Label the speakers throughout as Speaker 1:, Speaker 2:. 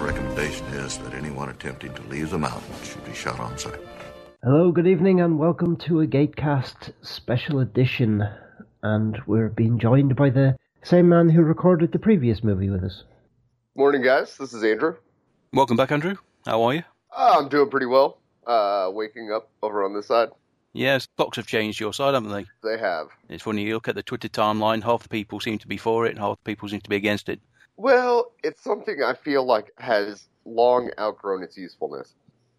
Speaker 1: recommendation is that anyone attempting to leave the mountain should be shot on sight.
Speaker 2: Hello, good evening, and welcome to a Gatecast special edition. And we're being joined by the same man who recorded the previous movie with us.
Speaker 3: Morning, guys. This is Andrew.
Speaker 4: Welcome back, Andrew. How are you?
Speaker 3: Uh, I'm doing pretty well. Uh, waking up over on this side.
Speaker 4: Yes, Fox have changed your side, haven't they?
Speaker 3: They have.
Speaker 4: It's funny, you look at the Twitter timeline, half the people seem to be for it and half the people seem to be against it.
Speaker 3: Well, it's something I feel like has long outgrown its usefulness.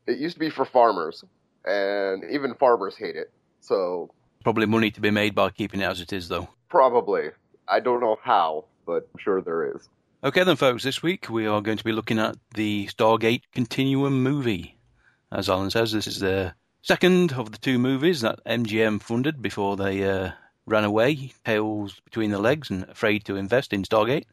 Speaker 3: It used to be for farmers, and even farmers hate it. So
Speaker 4: Probably money to be made by keeping it as it is, though.
Speaker 3: probably, I don't know how, but I'm sure there is.
Speaker 4: Okay, then, folks, this week we are going to be looking at the Stargate Continuum movie. As Alan says, this is the second of the two movies that MGM funded before they uh, ran away, tails between the legs and afraid to invest in Stargate.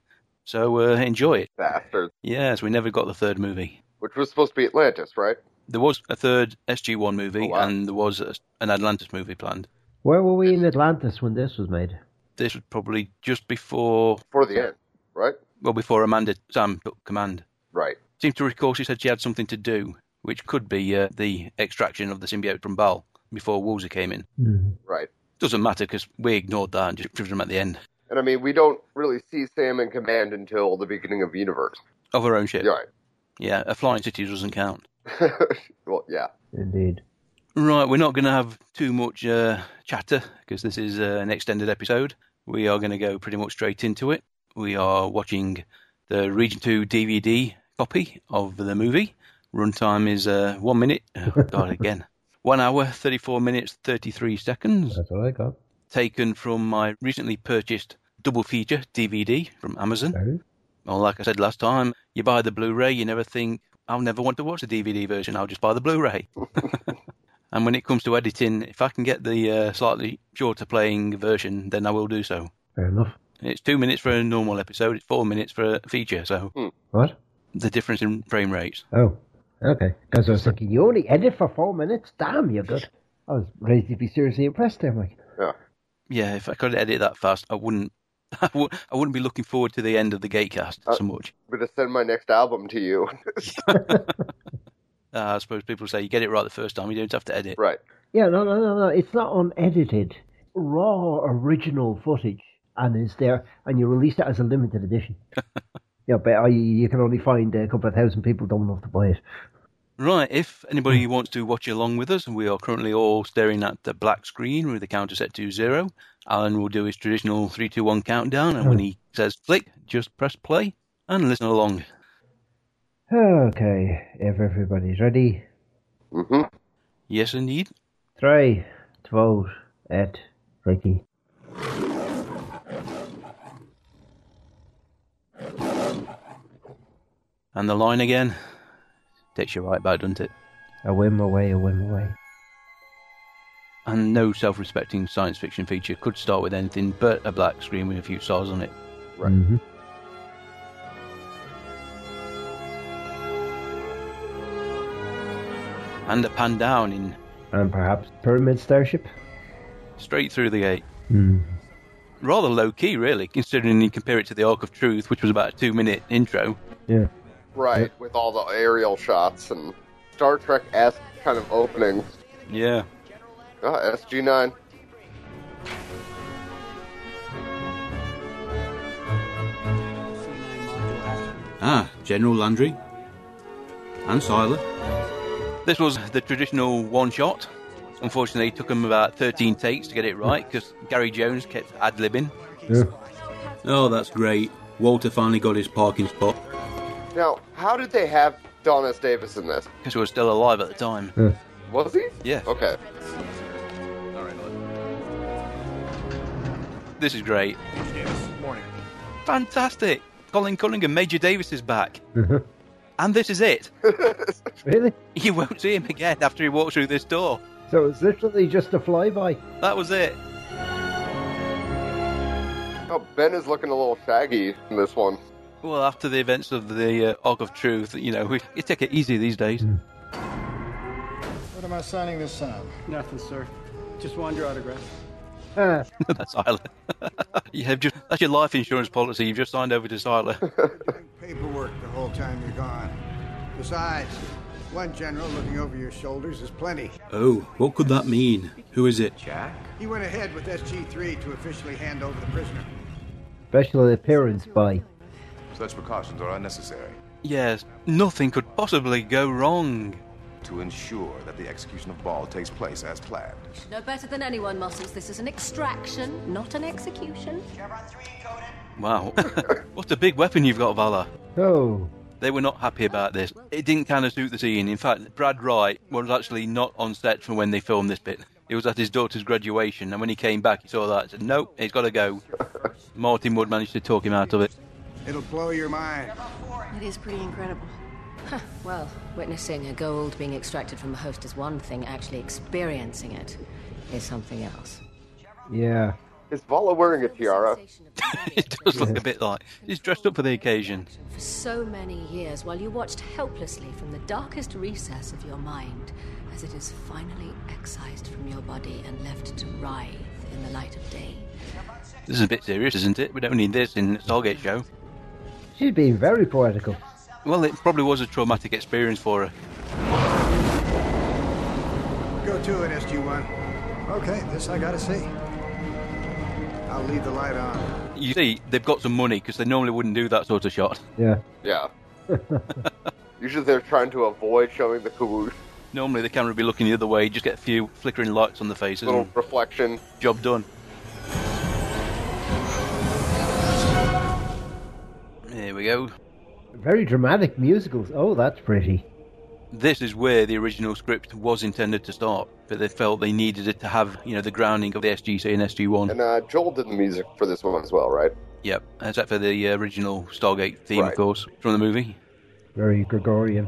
Speaker 4: So uh, enjoy it.
Speaker 3: Bastards.
Speaker 4: Yes, we never got the third movie.
Speaker 3: Which was supposed to be Atlantis, right?
Speaker 4: There was a third SG1 movie
Speaker 3: Oh, wow.
Speaker 4: and there was a, an Atlantis movie planned.
Speaker 2: Where were we in Atlantis when this was made?
Speaker 4: This was probably just before,
Speaker 3: For the end, right?
Speaker 4: well, before Amanda Sam took command.
Speaker 3: Right.
Speaker 4: Seems to recall she said she had something to do, which could be uh, the extraction of the symbiote from Bal before Woolsey came in.
Speaker 3: Right.
Speaker 4: Doesn't matter because we ignored that and just proved them at the end
Speaker 3: And I mean, we don't really see Sam in command until the beginning of the universe.
Speaker 4: of her own ship.
Speaker 3: You're Right.
Speaker 4: Yeah, a flying city doesn't count.
Speaker 3: well, yeah.
Speaker 2: Indeed.
Speaker 4: Right, we're not going to have too much uh, chatter because this is uh, an extended episode. We are going to go pretty much straight into it. We are watching the Region 2 DVD copy of the movie. Runtime is uh, one minute. Oh, God, again. One hour, 34 minutes, 33 seconds.
Speaker 2: That's what I got.
Speaker 4: Taken from my recently purchased double feature DVD from Amazon.
Speaker 2: Very.
Speaker 4: Well, like I said last time, you buy the Blu-ray, you never think, I'll never want to watch the DVD version, I'll just buy the Blu-ray. and when it comes to editing, if I can get the uh, slightly shorter playing version, then I will do so.
Speaker 2: Fair enough.
Speaker 4: It's two minutes for a normal episode, it's four minutes for a feature, so
Speaker 2: What?
Speaker 4: the difference in frame rates.
Speaker 2: Oh, okay. Because I was thinking, you only edit for four minutes? Damn, you're good. I was ready to be seriously impressed there, Mike.
Speaker 3: Yeah.
Speaker 4: Yeah, if I could edit that fast, I wouldn't. I w- I wouldn't be looking forward to the end of the Gatecast so much.
Speaker 3: I'm going to send my next album to you.
Speaker 4: Uh, I suppose people say you get it right the first time, you don't have to edit.
Speaker 3: right.
Speaker 2: Yeah, no, no, no, no. It's not unedited. Raw original footage and is there, and you release it as a limited edition. yeah, but I, you can only find a couple of thousand people dumb enough to buy it.
Speaker 4: Right, if anybody wants to watch along with us, we are currently all staring at the black screen with the counter set to zero. Alan will do his traditional three, two, one countdown, and when he says flick, just press play and listen along.
Speaker 2: Okay, if everybody's ready,
Speaker 3: Mm-hmm.
Speaker 4: Yes, indeed.
Speaker 2: three, two, et, Ricky.
Speaker 4: And the line again. Takes you right back, doesn't it?
Speaker 2: A whim away, a whim away.
Speaker 4: And no self respecting science fiction feature could start with anything but a black screen with a few stars on it.
Speaker 3: Right.
Speaker 2: Mhm.
Speaker 4: And a pan down in
Speaker 2: And perhaps Pyramid Starship?
Speaker 4: straight through the gate.
Speaker 2: Hmm.
Speaker 4: Rather low key, really, considering you compare it to the Arc of Truth, which was about a two minute intro.
Speaker 2: Yeah.
Speaker 3: Right, with all the aerial shots and Star Trek esque kind of opening.
Speaker 4: Yeah.
Speaker 3: Ah, SG 9.
Speaker 5: Ah, General Landry. And Siler.
Speaker 4: This was the traditional one shot. Unfortunately, it took him about 13 takes to get it right because Gary Jones kept ad libbing.
Speaker 2: yeah.
Speaker 5: Oh, that's great. Walter finally got his parking spot.
Speaker 3: Now, how did they have Donis Davis in this?
Speaker 4: Because he was still alive at the time.
Speaker 3: Was he?
Speaker 4: Yeah.
Speaker 3: Okay.
Speaker 4: This is great. Fantastic. Colin Cunningham, Major Davis is back. and this is it.
Speaker 2: Really?
Speaker 4: You won't see him again after he walks through this door.
Speaker 2: So it's literally just a flyby.
Speaker 4: That was it.
Speaker 3: Oh, Ben is looking a little shaggy in this one.
Speaker 4: Well, after the events of the uh, Ark of Truth, you know, we, you take it easy these days.
Speaker 6: What am I signing this time?
Speaker 7: Nothing, sir. Just wanted your autograph.
Speaker 2: Ah,
Speaker 4: That's Isla. you have just, that's your life insurance policy. You've just signed over to Isla.
Speaker 6: Paperwork the whole time you're gone. Besides, one general looking over your shoulders is plenty.
Speaker 8: Oh, what could that mean? Who is it?
Speaker 7: Jack?
Speaker 6: He went ahead with SG-3 to officially hand over the prisoner.
Speaker 2: special appearance by.
Speaker 1: Such precautions are unnecessary
Speaker 4: yes, nothing could possibly go wrong.
Speaker 1: to ensure that the execution of Ball takes place as planned.
Speaker 9: No better than anyone, Muscles. This is an extraction, not an execution.
Speaker 4: Wow. what a big weapon you've got, Valor.
Speaker 2: Oh,
Speaker 4: They were not happy about this. It didn't kind of suit the scene. In fact, Brad Wright was actually not on set from when they filmed this bit. He was at his daughter's graduation, and when he came back, he saw that and said, Nope, it's got to go. Martin Wood managed to talk him out of it.
Speaker 6: It'll blow your mind.
Speaker 10: It is pretty incredible.
Speaker 9: Well, witnessing a gold being extracted from a host is one thing, actually experiencing it is something else.
Speaker 2: yeah.
Speaker 3: Is Vala wearing a tiara?
Speaker 4: it does look a bit like he's dressed up for the occasion.
Speaker 9: For so many years, while you watched helplessly from the darkest recess of your mind, as it is finally excised from your body and left to writhe in the light of day.
Speaker 4: This is a bit serious, isn't it? We don't need this in Stargate show.
Speaker 2: She's being very poetical.
Speaker 4: Well, it probably was a traumatic experience for her.
Speaker 6: Go to it, SG-1. Okay, this I gotta see. I'll leave the light on.
Speaker 4: You see, they've got some money because they normally wouldn't do that sort of shot.
Speaker 2: Yeah.
Speaker 3: Yeah. Usually they're trying to avoid showing the kawoosh.
Speaker 4: Normally, the camera would be looking the other way, just get a few flickering lights on the faces,
Speaker 3: Little
Speaker 4: and
Speaker 3: reflection.
Speaker 4: job done. There we go.
Speaker 2: Very dramatic musicals. Oh, that's pretty.
Speaker 4: This is where the original script was intended to start, but they felt they needed it to have, you know, the grounding of the SGC and SG1.
Speaker 3: And uh, Joel did the music for this one as well, right?
Speaker 4: Yep, except for the uh, original Stargate theme, of
Speaker 3: Right.
Speaker 4: course, from the movie.
Speaker 2: Very Gregorian.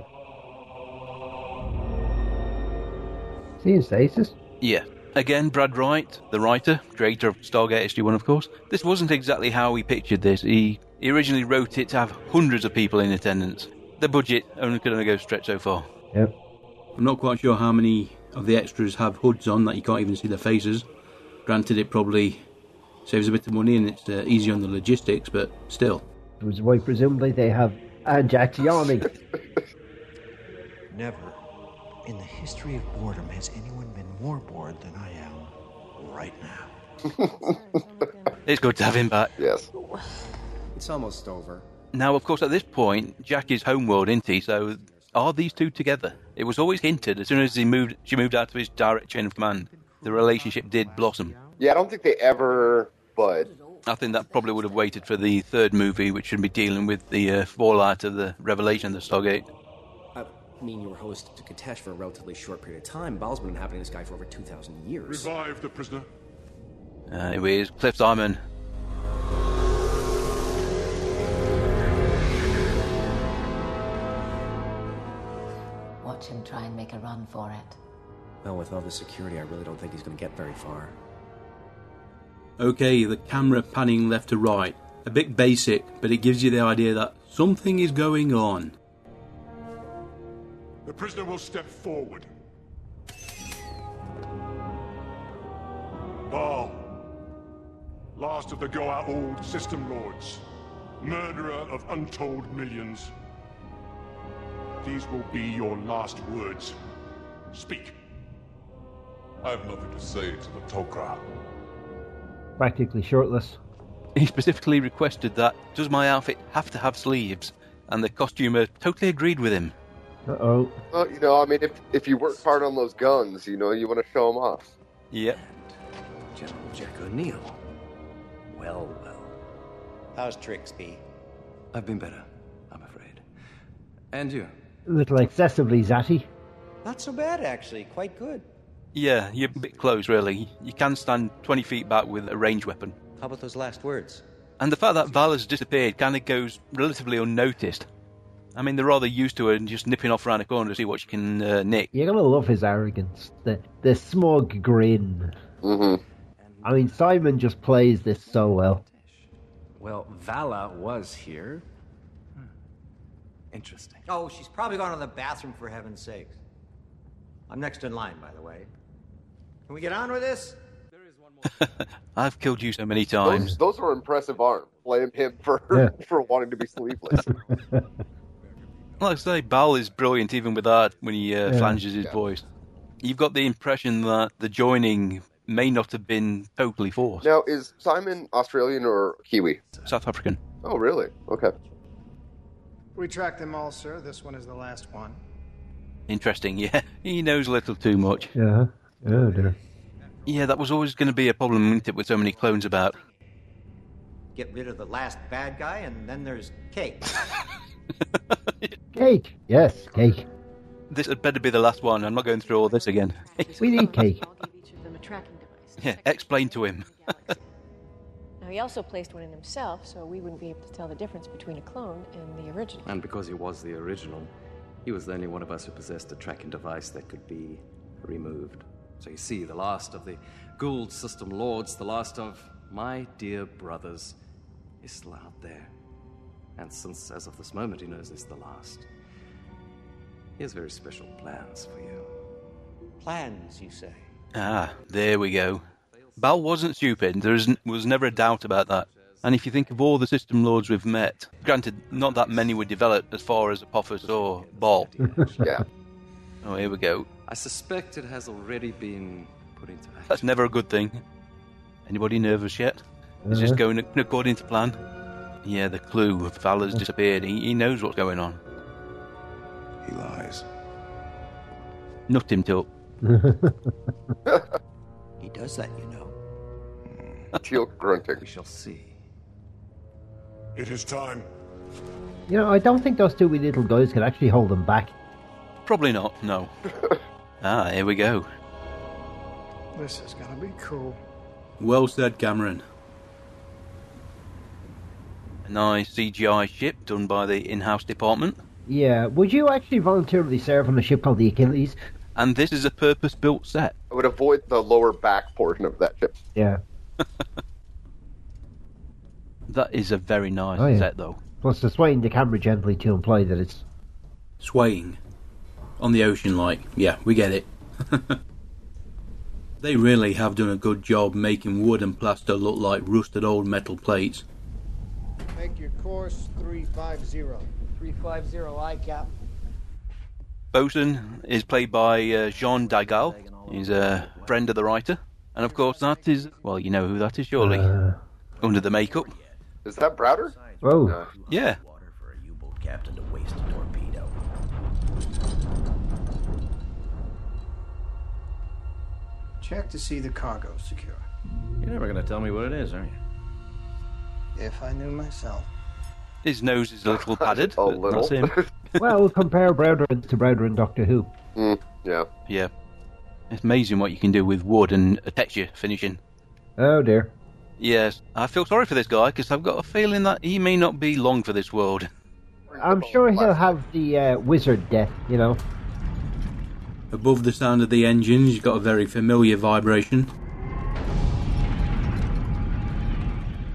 Speaker 2: See in stasis?
Speaker 4: Yeah. Again, Brad Wright, the writer, creator of Stargate SG1, of course. This wasn't exactly how he pictured this. He, he originally wrote it to have hundreds of people in attendance. The budget only could only go stretch so far.
Speaker 2: Yep.
Speaker 8: I'm not quite sure how many of the extras have hoods on that you can't even see their faces. Granted, it probably saves a bit of money and it's uh, easy on the logistics, but still.
Speaker 2: It was why presumably they have Anjaciani.
Speaker 7: Never in the history of boredom has anyone been more bored than I am right now.
Speaker 4: It's good to have him back.
Speaker 3: Yes.
Speaker 7: It's almost over.
Speaker 4: Now, of course, at this point, Jack is homeworld, isn't he? So are these two together? It was always hinted as soon as he moved, she moved out of his direct chain of command. The relationship did blossom.
Speaker 3: Yeah, I don't think they ever bud.
Speaker 4: I think that probably would have waited for the third movie, which should be dealing with the uh, fallout of the revelation of the Stargate.
Speaker 7: I mean, you were host to Katesh for a relatively short period of time. Baal's been inhabiting the sky for over 2,000 years.
Speaker 1: Revive the prisoner.
Speaker 4: Uh, it was Cliff Simon.
Speaker 9: Watch him try and make a run for it.
Speaker 7: Well, with all the security, I really don't think he's going to get very far.
Speaker 8: Okay, the camera panning left to right. A bit basic, but it gives you the idea that something is going on.
Speaker 1: The prisoner will step forward. Baal, last of the Goa'uld system lords, murderer of untold millions. These will be your last words. Speak. I have nothing to say to the Tok'ra.
Speaker 2: Practically shirtless.
Speaker 4: He specifically requested that, does my outfit have to have sleeves? And the costumer totally agreed with him.
Speaker 2: Uh oh.
Speaker 3: Well, you know, I mean, if, if you work hard on those guns, you know, you want to show them off.
Speaker 4: Yep.
Speaker 7: General Jack O'Neill. Well, well. How's Trixby? I've been better, I'm afraid. And you?
Speaker 2: A little excessively zatty.
Speaker 7: Not so bad, actually. Quite good.
Speaker 4: Yeah, you're a bit close, really. You can stand 20 feet back with a range weapon.
Speaker 7: How about those last words?
Speaker 4: And the fact that Val has disappeared kind of goes relatively unnoticed. I mean, they're rather used to her and just nipping off around the corner to see what she can uh, nick.
Speaker 2: You're gonna love his arrogance, the the smug grin.
Speaker 3: Mm-hmm.
Speaker 2: I mean, Simon just plays this so well.
Speaker 11: Well, Vala was here. Hmm. Interesting.
Speaker 12: Oh, she's probably gone to the bathroom for heaven's sakes. I'm next in line, by the way. Can we get on with this?
Speaker 4: I've killed you so many
Speaker 3: Those,
Speaker 4: times.
Speaker 3: those were impressive arms. Blame him for for wanting to be sleeveless.
Speaker 4: Like I say, Bal is brilliant, even with that when he uh,
Speaker 3: Yeah.
Speaker 4: flanges his voice. You've got the impression that the joining may not have been totally forced.
Speaker 3: now, is Simon Australian or Kiwi?
Speaker 4: South African.
Speaker 3: Oh, really? Okay.
Speaker 13: We tracked them all, sir. This one is the last one.
Speaker 4: Interesting, yeah. He knows a little too much.
Speaker 2: Yeah. Oh dear.
Speaker 4: Yeah, that was always going to be a problem, wasn't it, with so many clones about.
Speaker 12: Get rid of the last bad guy, and then there's cake.
Speaker 2: Cake. Yes, cake.
Speaker 4: This had better be the last one. I'm not going through all this again.
Speaker 2: We need cake.
Speaker 9: Each of them a tracking device.
Speaker 4: Yeah, explain to him.
Speaker 9: Now, he also placed one in himself, so we wouldn't be able to tell the difference between a clone and the original.
Speaker 11: And because he was the original, he was the only one of us who possessed a tracking device that could be removed. So you see, the last of the Gould system lords, the last of my dear brothers, is still out there. And since, as of this moment, he knows it's the last, he has very special plans for you.
Speaker 12: Plans, you say?
Speaker 4: Ah, there we go. Bal wasn't stupid. There isn't, was never a doubt about that. And if you think of all the system lords we've met, granted, not that many were developed as far as Apophis or Bal.
Speaker 3: yeah.
Speaker 4: Oh, here we go.
Speaker 11: I suspect it has already been put into action.
Speaker 4: That's never a good thing. Anybody nervous yet? Is this
Speaker 11: Uh-huh.
Speaker 4: going ac- according to plan? Yeah, the clue of
Speaker 2: Uh-huh.
Speaker 4: Valor's disappeared. He, he knows what's going on. He lies. Nut him to
Speaker 12: He does that, you know.
Speaker 3: Teal grunting.
Speaker 11: We shall see.
Speaker 14: It is time.
Speaker 2: You know, I don't think those two wee little guys could actually hold them back.
Speaker 4: Probably not, no. ah, here we go.
Speaker 13: This is gonna be cool.
Speaker 5: Well said, Cameron.
Speaker 4: A nice CGI ship done by the in house department.
Speaker 2: Yeah. Would you actually voluntarily serve on a ship called the Achilles?
Speaker 4: And this is a purpose built set.
Speaker 3: I would avoid the lower back portion of that ship.
Speaker 2: Yeah.
Speaker 4: That is a very nice
Speaker 2: Oh, yeah.
Speaker 4: set, though.
Speaker 2: Plus, they're swaying the camera gently to imply that it's
Speaker 5: swaying on the ocean like yeah we get it they really have done a good job making wood and plaster look like rusted old metal plates
Speaker 6: Make your course 350. 350, I cap.
Speaker 4: Bosun is played by uh, Jean Dagal. He's a friend of the writer. And of course, that is, well, you know who that is, surely. Under the makeup.
Speaker 3: Is that Browder?
Speaker 2: Oh.
Speaker 4: Yeah.
Speaker 7: Captain to waste a torpedo.
Speaker 13: Check to see the cargo secure.
Speaker 11: You're never going to tell me what it is, are you?
Speaker 13: If I knew myself.
Speaker 4: His nose is a little padded. a
Speaker 3: little.
Speaker 2: well, compare Browder to Browder and Doctor Who.
Speaker 3: yeah.
Speaker 4: Yeah. It's amazing what you can do with wood and a texture finishing.
Speaker 2: Oh dear.
Speaker 4: Yes, I feel sorry for this guy because I've got a feeling that he may not be long for this world.
Speaker 2: I'm sure he'll have the uh, wizard death. You know.
Speaker 5: above the sound of the engines you've got a very familiar vibration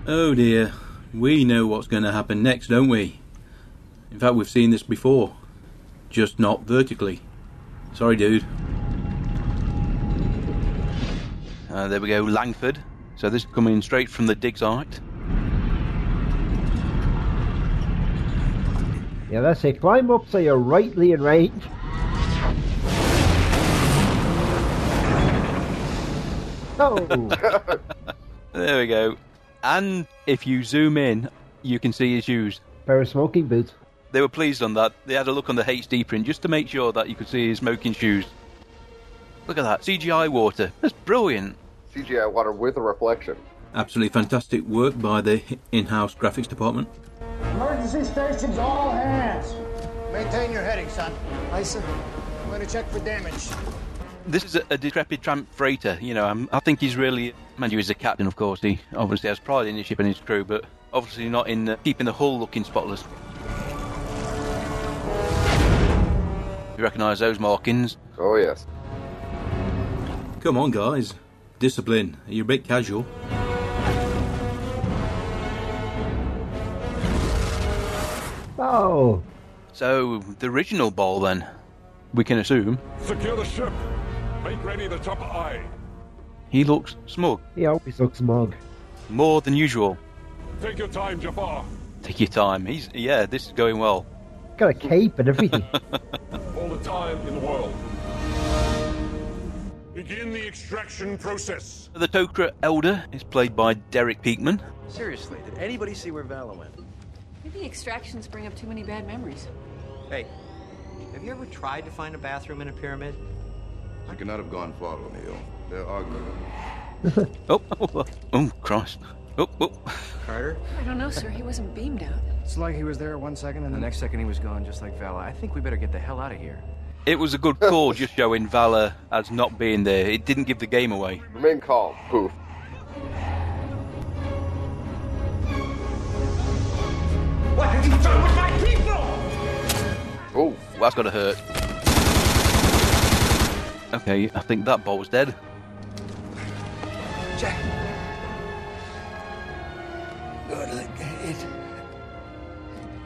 Speaker 5: oh dear we know what's going to happen next don't we in fact we've seen this before just not vertically sorry dude
Speaker 4: Uh, there we go, Langford. So this is coming straight from the dig site.
Speaker 2: Yeah, that's it. Climb up so you're rightly in range. Oh.
Speaker 4: There we go. And if you zoom in, you can see his shoes.
Speaker 2: Pair of smoking boots.
Speaker 4: They were pleased on that. They had a look on the HD print just to make sure that you could see his smoking shoes. Look at that CGI water. That's brilliant.
Speaker 3: CGI water with a reflection.
Speaker 5: absolutely fantastic work by the in-house graphics department
Speaker 6: Emergency stations, all hands. Maintain your heading, son. Aye, sir. I'm gonna check for damage.
Speaker 4: This is a, a decrepit tramp freighter. You know, um, i I think he's really. Mind you, he's a captain, of course. He obviously has pride in his ship and his crew, but obviously not in uh, keeping the hull looking spotless. You recognise those markings?
Speaker 3: Oh, yes.
Speaker 5: Come on, guys. Discipline. You're a bit casual.
Speaker 2: Oh.
Speaker 4: So, the original ball then, we can assume.
Speaker 14: Secure the ship. Make ready the top eye.
Speaker 4: He looks smug.
Speaker 2: He always looks smug.
Speaker 4: More than usual.
Speaker 14: Take your time, Jafar.
Speaker 4: Take your time. He's yeah, this is going well.
Speaker 2: Got a cape and everything.
Speaker 14: All the time in the world. Begin the extraction process.
Speaker 4: The Tokra Elder is played by Derek Peakman.
Speaker 7: Seriously, did anybody see where Vala went?
Speaker 15: Maybe extractions bring up too many bad memories.
Speaker 12: Hey, have you ever tried to find a bathroom in a pyramid?
Speaker 1: You could not have gone far, O'Neill. They're arguing.
Speaker 4: Oh, oh, oh, oh Christ. Oh, oh.
Speaker 7: Carter?
Speaker 15: I don't know, sir. He wasn't beamed out.
Speaker 6: It's like he was there one second and
Speaker 7: The
Speaker 6: then
Speaker 7: next second he was gone, just like Vala. I think we better get the hell out of here.
Speaker 4: It was a good call just showing Valor as not being there. It didn't give the game away.
Speaker 3: Remain calm. Poof.
Speaker 6: What have you done with my people?
Speaker 4: Oh, that's gotta hurt. Okay, I think that ball was dead.
Speaker 6: Jack,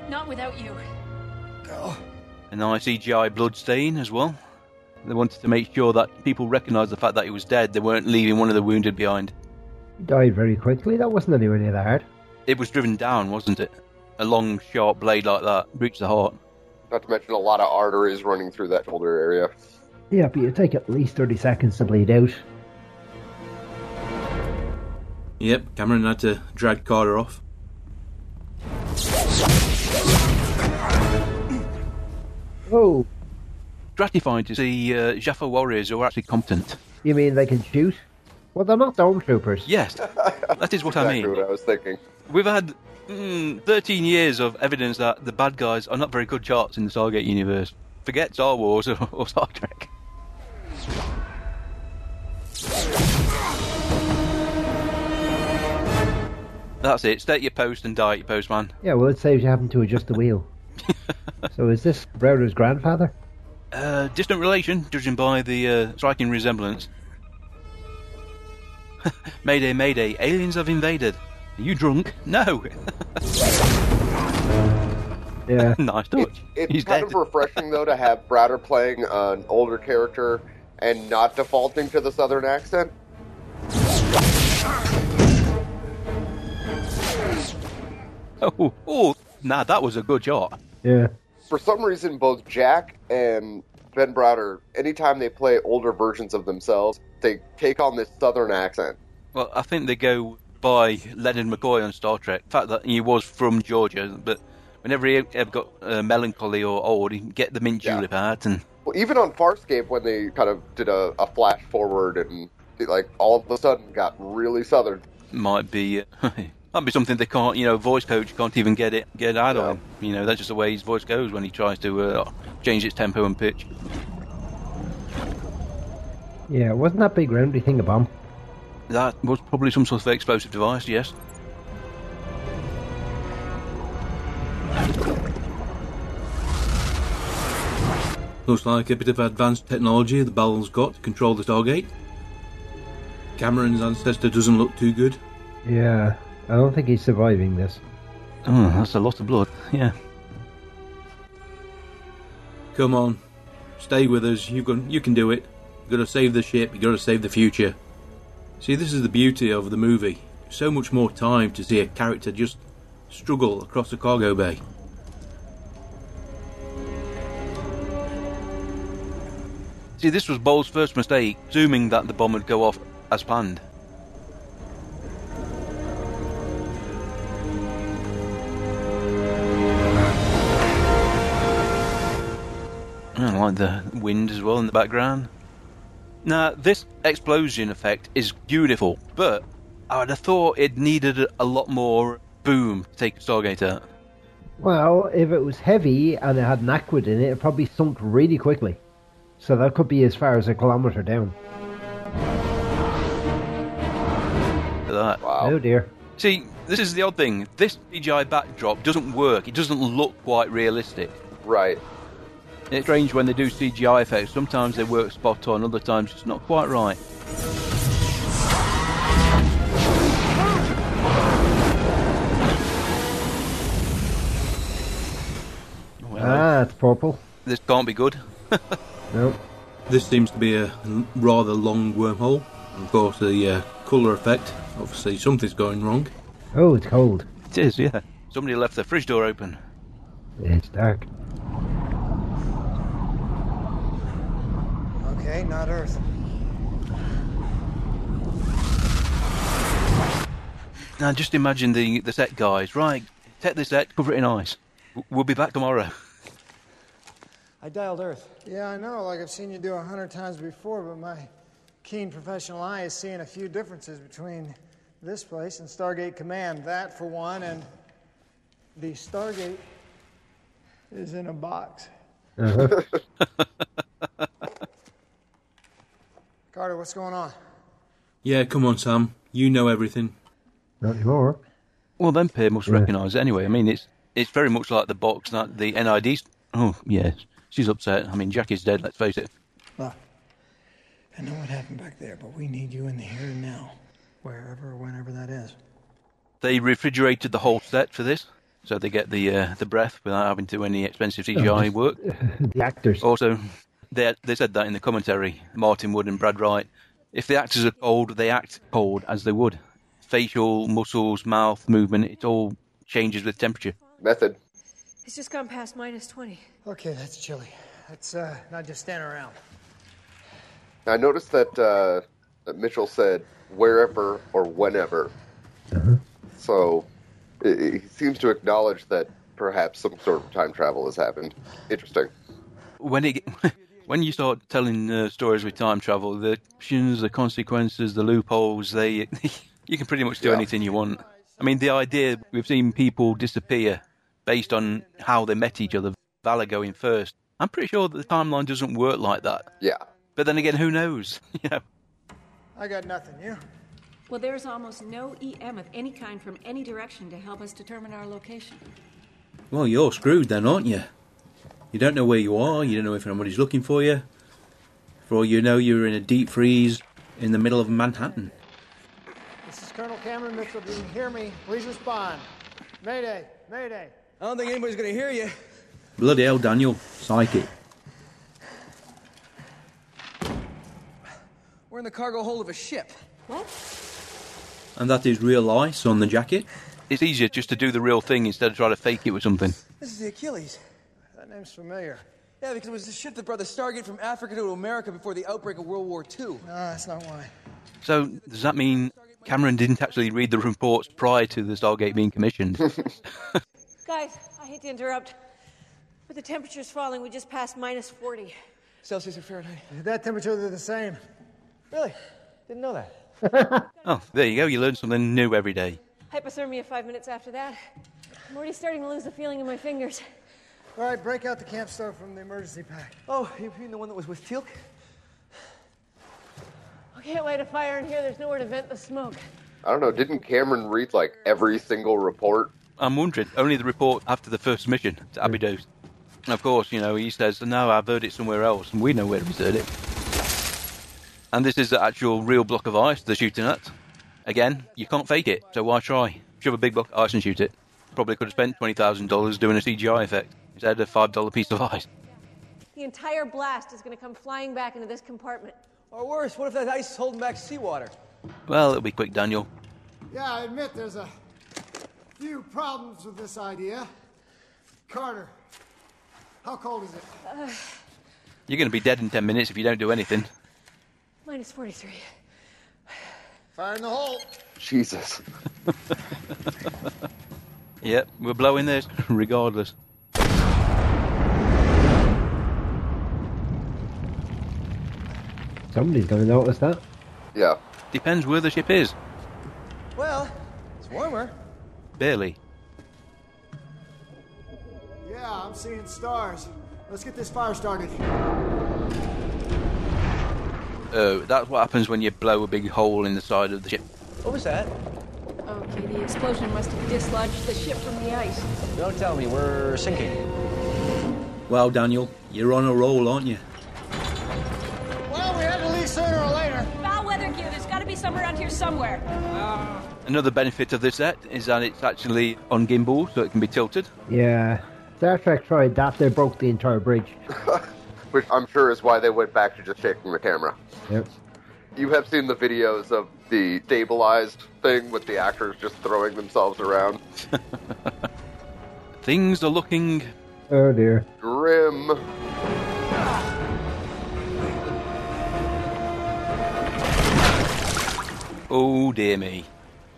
Speaker 15: Not without you.
Speaker 4: A nice EGI blood stain as well. They wanted to make sure that people recognised the fact that he was dead. They weren't leaving one of the wounded behind.
Speaker 2: He died very quickly. That wasn't any really that hard.
Speaker 4: It was driven down, wasn't it? A long, sharp blade like that reached the heart.
Speaker 3: Not to mention a lot of arteries running through that shoulder area.
Speaker 2: Yeah, but it'd take at least 30 seconds to bleed out.
Speaker 5: Yep, Cameron had to drag Carter off.
Speaker 2: Oh,
Speaker 4: Gratified to see uh, Jaffa warriors who are actually competent.
Speaker 2: you mean they can shoot? Well, they're not stormtroopers.
Speaker 4: Yes, that is what I
Speaker 3: Exactly
Speaker 4: mean.
Speaker 3: what I was thinking.
Speaker 4: We've had mm, 13 years of evidence that the bad guys are not very good shots in the Stargate universe. Forget Star Wars or, or Star Trek. That's it. Stay at your post and die at your post, man.
Speaker 2: Yeah, well, it saves you having to adjust the wheel. so is this Browder's grandfather?
Speaker 4: Uh, distant relation, judging by the uh, striking resemblance. mayday, mayday, aliens have invaded. Are you drunk? No.
Speaker 2: Yeah.
Speaker 4: nice touch.
Speaker 3: It's
Speaker 4: He's
Speaker 3: kind
Speaker 4: dead.
Speaker 3: of refreshing, though, to have Browder playing an older character and not defaulting to the southern accent.
Speaker 4: Oh, oh, nah, that was a good shot.
Speaker 2: Yeah.
Speaker 3: For some reason, both Jack and Ben Browder, anytime they play older versions of themselves, they take on this southern accent.
Speaker 4: Well, I think they go by Leonard McCoy on Star Trek. The fact that he was from Georgia, but whenever he ever got uh, melancholy or old, he'd get the mint julep out and
Speaker 3: Well, even on Farscape, when they kind of did a, a flash forward and it, like all of a sudden got really southern.
Speaker 4: might be uh, might be something they can't, you know, voice coach can't even get it get out of him. You know, that's just the way his voice goes when he tries to uh, change its tempo and pitch.
Speaker 2: Yeah, wasn't that big roundy thing a bomb?
Speaker 4: That was probably some sort of explosive device, yes.
Speaker 5: Looks like a bit of advanced technology the Bal's got to control the Stargate. Cameron's ancestor doesn't look too good.
Speaker 2: Yeah, I don't think he's surviving this.
Speaker 4: Oh, that's a lot of blood. Yeah.
Speaker 5: Come on, stay with us. You can you can do it. You got to save the ship. You got to save the future. See, this is the beauty of the movie. So much more time to see a character just struggle across a cargo bay.
Speaker 4: See, this was Bowles' first mistake, assuming that the bomb would go off as planned. I like the wind as well in the background. Now, this explosion effect is beautiful, but I would have thought it needed a lot more boom to take Stargate out.
Speaker 2: Well, if it was heavy and it had an aquid in it, it probably sunk really quickly. So that could be as far as a kilometre down.
Speaker 4: Look at that.
Speaker 2: Oh dear.
Speaker 4: See, this is the odd thing. This CGI backdrop doesn't work. It doesn't look quite realistic.
Speaker 3: Right.
Speaker 4: It's strange when they do CGI effects. Sometimes they work spot on, other times it's not quite right.
Speaker 2: ah, it's purple.
Speaker 4: This can't be good.
Speaker 2: Nope.
Speaker 5: This seems to be a l- rather long wormhole. Of course, the uh, colour effect. Obviously, something's going wrong.
Speaker 2: Oh, it's cold.
Speaker 4: It is, yeah. Somebody left the fridge door open.
Speaker 2: It's dark.
Speaker 13: Okay, not Earth.
Speaker 4: Now, just imagine the, the set guys. Right, take this set, cover it in ice. W- We'll be back tomorrow.
Speaker 13: I dialed Earth. Yeah, I know. Like I've seen you do a hundred times before, but my keen professional eye is seeing a few differences between this place and Stargate Command. That, for one, and the Stargate is in a box. Carter, what's going on?
Speaker 5: Yeah, come on, Sam. You know everything.
Speaker 2: Not anymore.
Speaker 4: Well, then Pierre must recognise it anyway. I mean, it's it's very much like the box that the NID. Oh, yes. She's upset. I mean, Jackie's dead, let's face it.
Speaker 13: Look, I know what happened back there, but we need you in the here and now, wherever or whenever that is.
Speaker 4: They refrigerated the whole set for this, so they get the uh, the breath without having to do any expensive CGI
Speaker 2: Oh, just-
Speaker 4: work.
Speaker 2: the actors.
Speaker 4: Also, they they said that in the commentary. Martin Wood and Brad Wright. If the actors are cold, they act cold as they would. Facial muscles, mouth movement, it all changes with temperature.
Speaker 1: Method.
Speaker 9: It's just gone past minus 20.
Speaker 13: Okay, that's chilly. That's uh, not just standing around.
Speaker 1: I noticed that, uh,
Speaker 3: that Mitchell said wherever or whenever. So he seems to acknowledge that perhaps some sort of time travel has happened. Interesting.
Speaker 4: When it when you start telling uh, stories with time travel, the options, the consequences, the loopholes, they you can pretty much do anything you want. I mean, the idea we've seen people disappear based on how they met each other. Valor going first. I'm pretty sure that the timeline doesn't work like that.
Speaker 1: Yeah.
Speaker 4: But then again, who knows? You know.
Speaker 13: I got nothing. You?
Speaker 15: Well, there's almost no
Speaker 9: E
Speaker 15: EM of any kind from any direction to help us determine our location.
Speaker 5: Well, you're screwed then, aren't you? You don't know where you are, you don't know if anybody's looking for you. For all you know, you're in a deep freeze in the middle of Manhattan.
Speaker 13: This is Colonel Cameron Mitchell. Do you hear me? Please respond. Mayday, Mayday. I don't think anybody's going to hear you.
Speaker 5: Bloody hell, Daniel. Psychic.
Speaker 16: We're in the cargo hold of a ship. What?
Speaker 5: And that is real ice on the jacket.
Speaker 4: It's easier just to do the real thing instead of trying to fake it with something.
Speaker 16: This is the Achilles.
Speaker 13: That name's familiar.
Speaker 16: Yeah, because it was the ship that brought the Stargate from Africa to America before the outbreak of World War II. No,
Speaker 13: that's not why.
Speaker 4: So, does that mean Cameron didn't actually read the reports prior to the Stargate being commissioned?
Speaker 9: Guys, I hate to interrupt, but the temperature's falling. We just passed minus 40.
Speaker 16: Celsius or Fahrenheit?
Speaker 13: That temperature, they're the same.
Speaker 16: Really? Didn't know that.
Speaker 4: oh, there you go. You learn something new every day.
Speaker 9: Hypothermia five minutes after that. I'm already starting to lose the feeling in my fingers.
Speaker 13: All right, break out the camp stove from the emergency pack.
Speaker 16: Oh, you mean the one that was with Teal'c?
Speaker 9: I can't light a fire in here. There's nowhere to vent the smoke.
Speaker 3: I don't know. Didn't Cameron read like every single report?
Speaker 4: I'm wondering, only the report after the first mission to Abydos. And of course, you know, he says, no, I've heard it somewhere else, and we know where he's heard it. And this is the actual real block of ice they're shooting at. Again, you can't fake it, so why try? Shove a big block of ice and shoot it. Probably could have spent $20,000 doing a CGI effect instead of a $5 piece of ice.
Speaker 9: The entire blast is going to come flying back into this compartment.
Speaker 16: Or worse, what if that ice is holding back seawater?
Speaker 4: Well, it'll be quick, Daniel.
Speaker 6: Yeah, I admit there's a few problems with this idea. Carter, how cold is it?
Speaker 4: You're going to be dead in 10 minutes if you don't do anything.
Speaker 9: Minus 43.
Speaker 6: Fire in the hole.
Speaker 4: Jesus. yep, we're blowing this regardless.
Speaker 2: Somebody's going to notice that.
Speaker 4: Yeah. Depends where the ship is.
Speaker 16: Well, it's warmer.
Speaker 4: Barely.
Speaker 6: Yeah, I'm seeing stars. Let's get this fire started.
Speaker 4: Uh, that's what happens when you blow a big hole in the side of the ship.
Speaker 16: What was that?
Speaker 15: Okay, the explosion must have dislodged the ship from the ice.
Speaker 16: Don't tell me, we're sinking.
Speaker 5: Wow, Daniel, you're on a roll, aren't you?
Speaker 13: Well, we had to leave sooner or later.
Speaker 17: Foul weather gear. There's got to be some around here somewhere.
Speaker 4: Another benefit of this set is that it's actually on gimbal, so it can be tilted.
Speaker 2: Yeah. Star Trek tried that, they broke the entire bridge.
Speaker 3: which I'm sure is why they went back to just shaking the camera.
Speaker 2: Yep.
Speaker 3: You have seen the videos of the stabilized thing with the actors just throwing themselves around.
Speaker 4: Things are looking
Speaker 2: Oh dear.
Speaker 3: Grim.
Speaker 4: Oh dear me.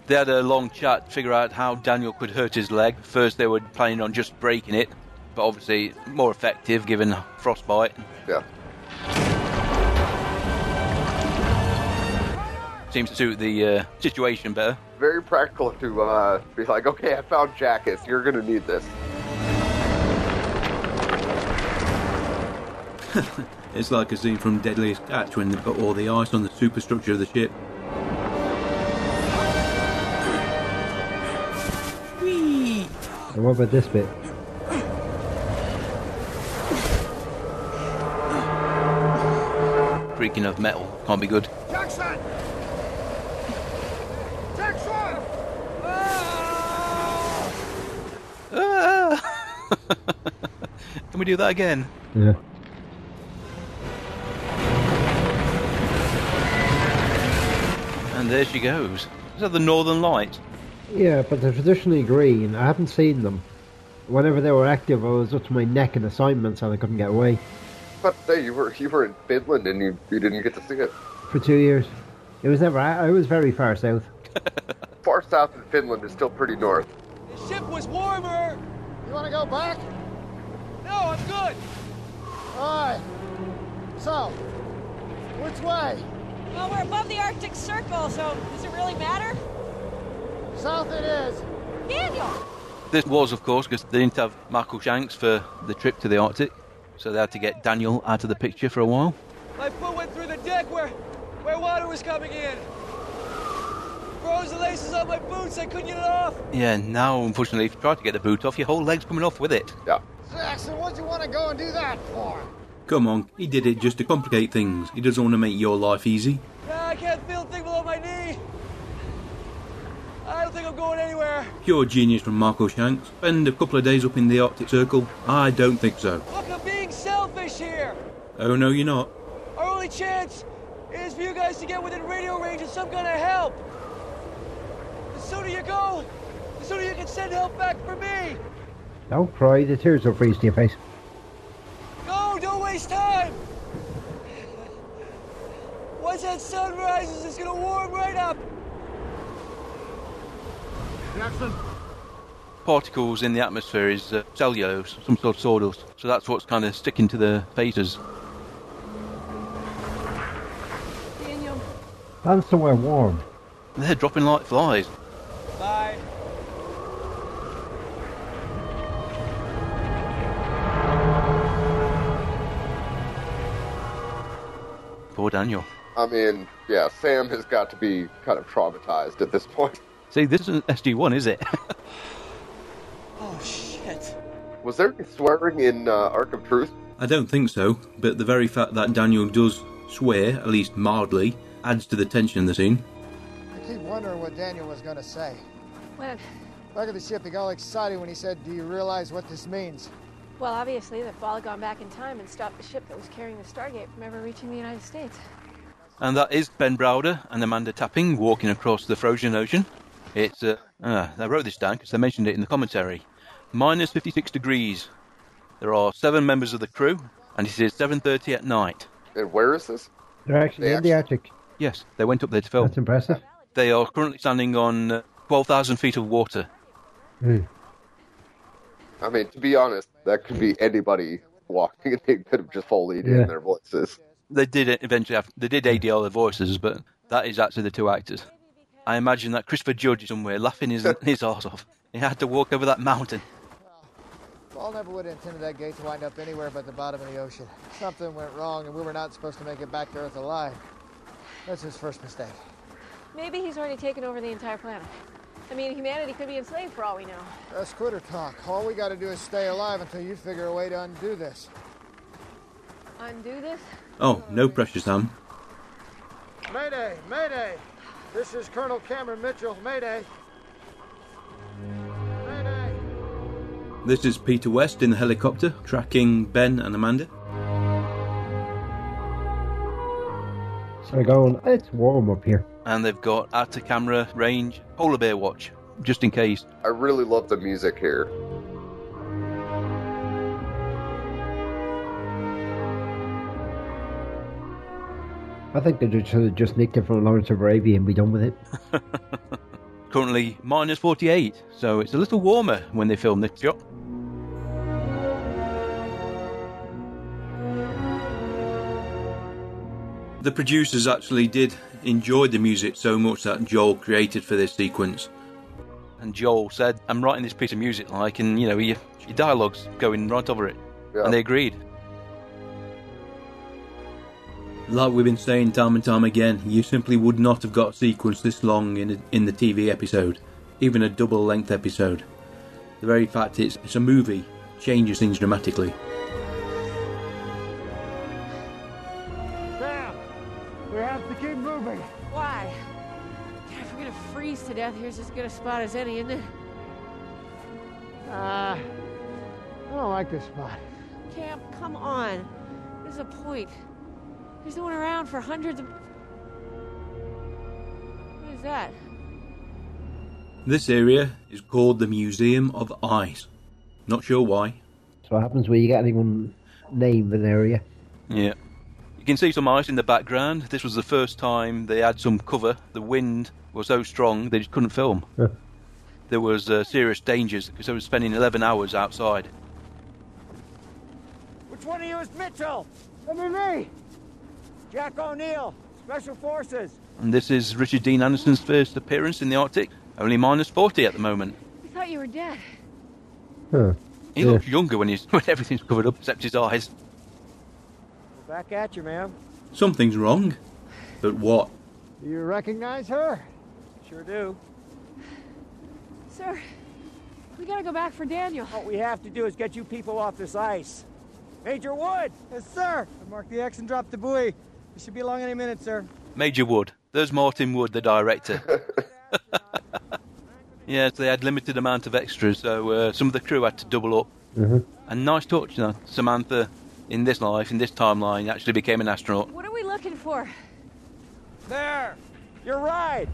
Speaker 4: They had a long chat to figure out how Daniel could hurt his leg. First, they were planning on just breaking it, but obviously more effective given frostbite.
Speaker 3: Yeah.
Speaker 4: Seems to suit the uh, situation better.
Speaker 3: Very practical to uh, be like, okay, I found Jackass. You're going to need this.
Speaker 5: It's like a scene from Deadliest Catch when they put all the ice on the superstructure of the ship.
Speaker 2: And what about this bit?
Speaker 4: Creaking of metal can't be good.
Speaker 6: Jackson! Jackson!
Speaker 4: Ah! can we do that again?
Speaker 2: Yeah.
Speaker 4: And there she goes. Is that the Northern Light?
Speaker 2: Yeah, but they're traditionally green. I haven't seen them. Whenever they were active, I was up to my neck in assignments and I couldn't get away
Speaker 3: But hey, you were you were in Finland and you, you didn't get to see it.
Speaker 2: for two years. It was never. I, I was very far south.
Speaker 3: Far south in Finland is still pretty north.
Speaker 16: The ship was warmer!
Speaker 6: You want to go back?
Speaker 16: No, I'm good!
Speaker 6: Alright. So, which way?
Speaker 17: Well, we're above the Arctic Circle, so does it really matter?
Speaker 6: South it is.
Speaker 17: Daniel!
Speaker 4: This was, of course, because they didn't have Michael Shanks for the trip to the Arctic, so they had to get Daniel out of the picture for a while.
Speaker 16: My foot went through the deck where, where water was coming in. Froze the laces on my boots. I couldn't get it off.
Speaker 4: Yeah, now, unfortunately, if you try to get the boot off, your whole leg's coming off with it.
Speaker 3: Yeah.
Speaker 6: Jackson, what'd you want to go and do that for?
Speaker 5: Come on, he did it just to complicate things. He doesn't want to make your life easy.
Speaker 16: Ah, I can't feel a thing below my knee. I don't think I'm going anywhere.
Speaker 5: Pure genius from Marco Shanks. Spend a couple of days up in the Arctic Circle? I don't think so.
Speaker 16: Look, I'm being selfish here.
Speaker 5: Oh no, you're not.
Speaker 16: Our only chance is for you guys to get within radio range of some kind of help. The sooner you go, the sooner you can send help back for me.
Speaker 2: Don't cry, the tears will freeze to your face.
Speaker 16: Go, don't waste time. Once that sun rises, it's gonna warm right up.
Speaker 6: Jackson.
Speaker 4: Particles in the atmosphere is uh, cellulose, some sort of sawdust, so that's what's kind of sticking to the faces.
Speaker 16: Daniel.
Speaker 2: Land somewhere warm.
Speaker 4: They're dropping like flies.
Speaker 16: Bye.
Speaker 4: Poor Daniel.
Speaker 3: I mean, yeah, Sam has got to be kind of traumatized at this point.
Speaker 4: See, this isn't SG1, is it?
Speaker 16: Oh shit.
Speaker 3: Was there any swearing in uh, Ark of Truth?
Speaker 5: I don't think so, but the very fact that Daniel does swear, at least mildly, adds to the tension in the scene.
Speaker 6: I keep wondering what Daniel was going to say.
Speaker 9: What?
Speaker 6: Back at the ship, he got all excited when he said, Do you realize what this means?
Speaker 9: Well, obviously, the fall had gone back in time and stopped the ship that was carrying the Stargate from ever reaching the United States.
Speaker 4: And that is Ben Browder and Amanda Tapping walking across the frozen ocean. It's, uh, ah, I wrote this down because they mentioned it in the commentary. Minus 56 degrees. There are seven members of the crew, and it is 7.30 at night.
Speaker 3: And Uh, where is this?
Speaker 2: They're actually in the Arctic.
Speaker 4: Yes, they went up there to film.
Speaker 2: That's impressive.
Speaker 4: They are currently standing on uh, 12,000 feet of water.
Speaker 3: I mean, to be honest, that could be anybody walking. They could have just folied
Speaker 4: Yeah.
Speaker 3: in their voices.
Speaker 4: They did eventually have, they did ADL their voices, but that is actually the two actors. I imagine that Christopher Judge is somewhere laughing his, his arse off. He had to walk over that mountain.
Speaker 6: Paul never would have intended that gate to wind up anywhere but the bottom of the ocean. Something went wrong, and we were not supposed to make it back to Earth alive. That's his first mistake.
Speaker 9: Maybe he's already taken over the entire planet. I mean, humanity could be enslaved for all we know.
Speaker 6: That's quitter talk. All we gotta do is stay alive until you figure a way to undo this.
Speaker 9: Undo this?
Speaker 5: Oh, no pressure, Sam.
Speaker 6: Mayday! Mayday! This is Colonel Cameron Mitchell. Mayday!
Speaker 5: This is Peter West in the helicopter tracking Ben and Amanda.
Speaker 2: So they're going, it's warm up here.
Speaker 4: And they've got out to camera range polar bear watch, just in case.
Speaker 3: I really love the music here.
Speaker 2: I think they just, should have just nicked it from Lawrence of Arabia and be done with it.
Speaker 4: Currently minus 48, so it's a little warmer when they film this shot.
Speaker 5: The producers actually did enjoy the music so much that Joel created for this sequence.
Speaker 4: And Joel said, I'm writing this piece of music like, and you know, your, your dialogue's going right over it. And they agreed.
Speaker 5: Like we've been saying time and time again, you simply would not have got a sequence this long in, a, in the TV episode, even a double length episode. The very fact it's, it's a movie changes things dramatically.
Speaker 6: Sam! We have to keep moving!
Speaker 9: Why? God, if we're gonna freeze to death, here's as good a spot as any, isn't it?
Speaker 16: Ah.
Speaker 6: Uh, I don't like this spot.
Speaker 9: Camp, come on. What is the point? There's no one around for hundreds of. What is that?
Speaker 5: This area is called the Museum of Ice. Not sure why.
Speaker 2: So what happens when you get anyone named an area?
Speaker 4: Yeah. You can see some ice in the background. This was the first time they had some cover. The wind was so strong they just couldn't film.
Speaker 2: Yeah.
Speaker 4: There was uh, serious dangers because they were spending 11 hours outside.
Speaker 16: Which one of you is Mitchell? Let me me. Jack O'Neill, Special Forces.
Speaker 4: And this is Richard Dean Anderson's first appearance in the Arctic. Only minus 40 at the moment.
Speaker 9: I thought you were dead.
Speaker 4: He looks younger when, he's, when everything's covered up except his eyes.
Speaker 6: We're back at you, ma'am.
Speaker 5: Something's wrong. But what?
Speaker 6: Do you recognize her? Sure do.
Speaker 9: Sir, we gotta go back for Daniel.
Speaker 16: What we have to do is get you people off this ice. Major Wood! Yes, sir! Mark the X and drop the buoy. We should be along any minute, sir.
Speaker 4: Major Wood. There's Martin Wood, the director. yes, they had limited amount of extras, so uh, some of the crew had to double up. And nice touch, you know, Samantha, in this life, in this timeline, actually became an astronaut.
Speaker 9: What are we looking for?
Speaker 16: There! Your ride!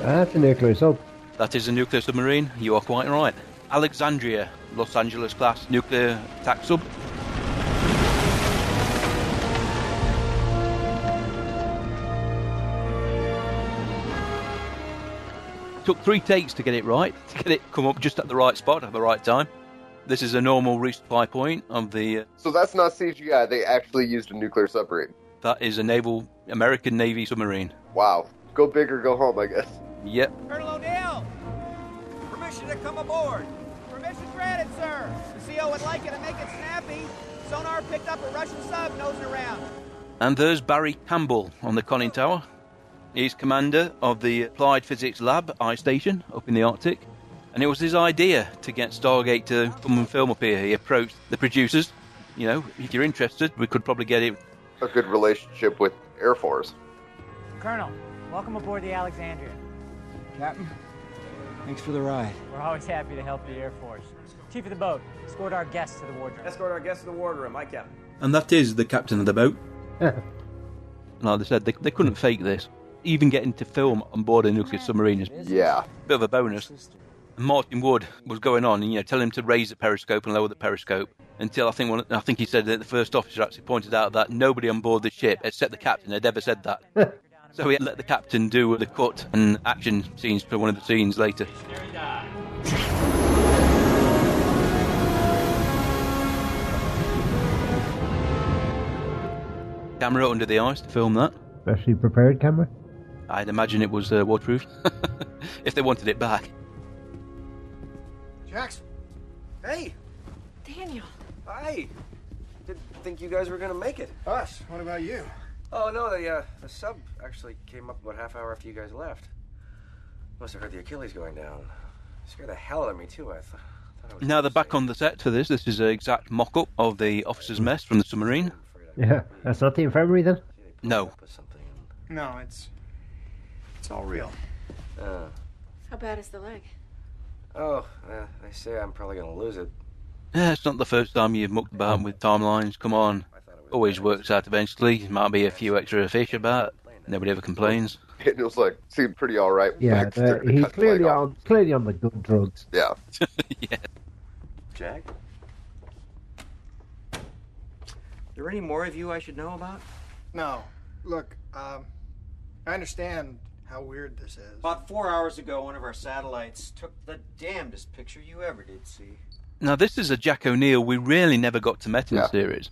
Speaker 2: That's a nuclear sub.
Speaker 4: That is a nuclear submarine. You are quite right. Alexandria, Los Angeles class nuclear attack sub. Took three takes to get it right, to get it come up just at the right spot at the right time. This is a normal resupply point of the. Uh,
Speaker 3: So that's not CGI. They actually used a nuclear submarine.
Speaker 4: that is a naval American Navy submarine.
Speaker 3: Wow. Go big or go home, I guess.
Speaker 4: Yep,
Speaker 16: Colonel O'Neill! Permission to come aboard. Permission granted, sir. The CO would like you to make it snappy. Sonar picked up a Russian sub nosing around.
Speaker 4: And there's Barry Campbell on the conning tower. He's commander of the Applied Physics Lab Ice Station up in the Arctic. And it was his idea to get Stargate to come and film up here. He approached the producers. You know, if you're interested, we could probably get it.
Speaker 3: A good relationship with Air Force.
Speaker 18: Colonel, welcome aboard the Alexandria.
Speaker 12: Captain, thanks for the ride.
Speaker 18: We're always happy to help the Air Force. Chief of the boat, escort our guests to the wardroom.
Speaker 12: Escort our guests to the wardroom. Hi, Captain.
Speaker 5: And that is the captain of the boat.
Speaker 4: Like they said, they, they couldn't fake this. Even getting to film on board a nuclear submarine is
Speaker 3: yeah.
Speaker 4: bit of a bonus. And Martin Wood was going on, and you know, telling him to raise the periscope and lower the periscope. Until I think one, I think he said that the first officer actually pointed out that nobody on board the ship except the captain had ever said that. so he let the captain do the cut and action scenes for one of the scenes later. Camera under the ice to film that.
Speaker 2: Especially prepared camera.
Speaker 4: I'd imagine it was uh, waterproof if they wanted it back.
Speaker 12: Jax. Hey.
Speaker 9: Daniel.
Speaker 12: Hi. Didn't think you guys were gonna make it.
Speaker 6: Us? What about you?
Speaker 7: Oh no, the uh, the sub actually came up about half hour after you guys left. Must have heard the Achilles going down. Scared the hell out of me too. I thought. thought I was
Speaker 4: Now they're back on the set for this. This is an exact mock up of the officer's mess from the submarine.
Speaker 2: Yeah, that's not the infirmary then.
Speaker 4: No.
Speaker 6: No, it's it's all real.
Speaker 7: Uh,
Speaker 9: How bad is the leg?
Speaker 7: oh, uh, they say I'm probably gonna lose it.
Speaker 4: Yeah, it's not the first time you've mucked about with timelines. Come on. Always works out eventually. Might be a few extra fish about. Nobody ever complains.
Speaker 3: It was like seemed pretty all right.
Speaker 2: Yeah,
Speaker 3: back there.
Speaker 2: the, he's clearly on clearly on the good drugs.
Speaker 3: Yeah.
Speaker 4: yeah.
Speaker 7: Jack,
Speaker 12: There any more of you I should know about?
Speaker 6: No, look, um, I understand how weird this is.
Speaker 12: About four hours ago, one of our satellites took the damnedest picture you ever did see.
Speaker 4: Now, this is a Jack O'Neill we really never got to meet in the series.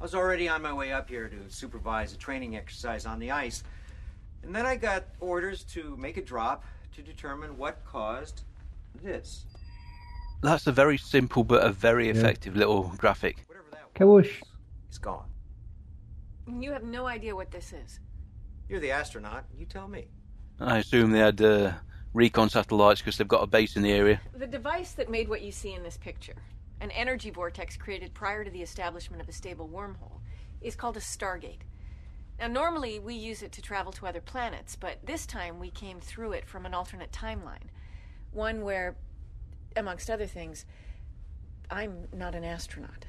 Speaker 12: I was already on my way up here to supervise a training exercise on the ice, and then I got orders to make a drop to determine what caused this.
Speaker 4: That's a very simple but a very effective little graphic.
Speaker 2: Kawush.
Speaker 12: It's gone.
Speaker 9: You have no idea what this is.
Speaker 12: You're the astronaut. You tell me.
Speaker 4: I assume they had uh, recon satellites because they've got a base in the area.
Speaker 9: The device that made what you see in this picture, an energy vortex created prior to the establishment of a stable wormhole, is called a stargate. Now, normally we use it to travel to other planets, but this time we came through it from an alternate timeline. One where, amongst other things, I'm not an astronaut.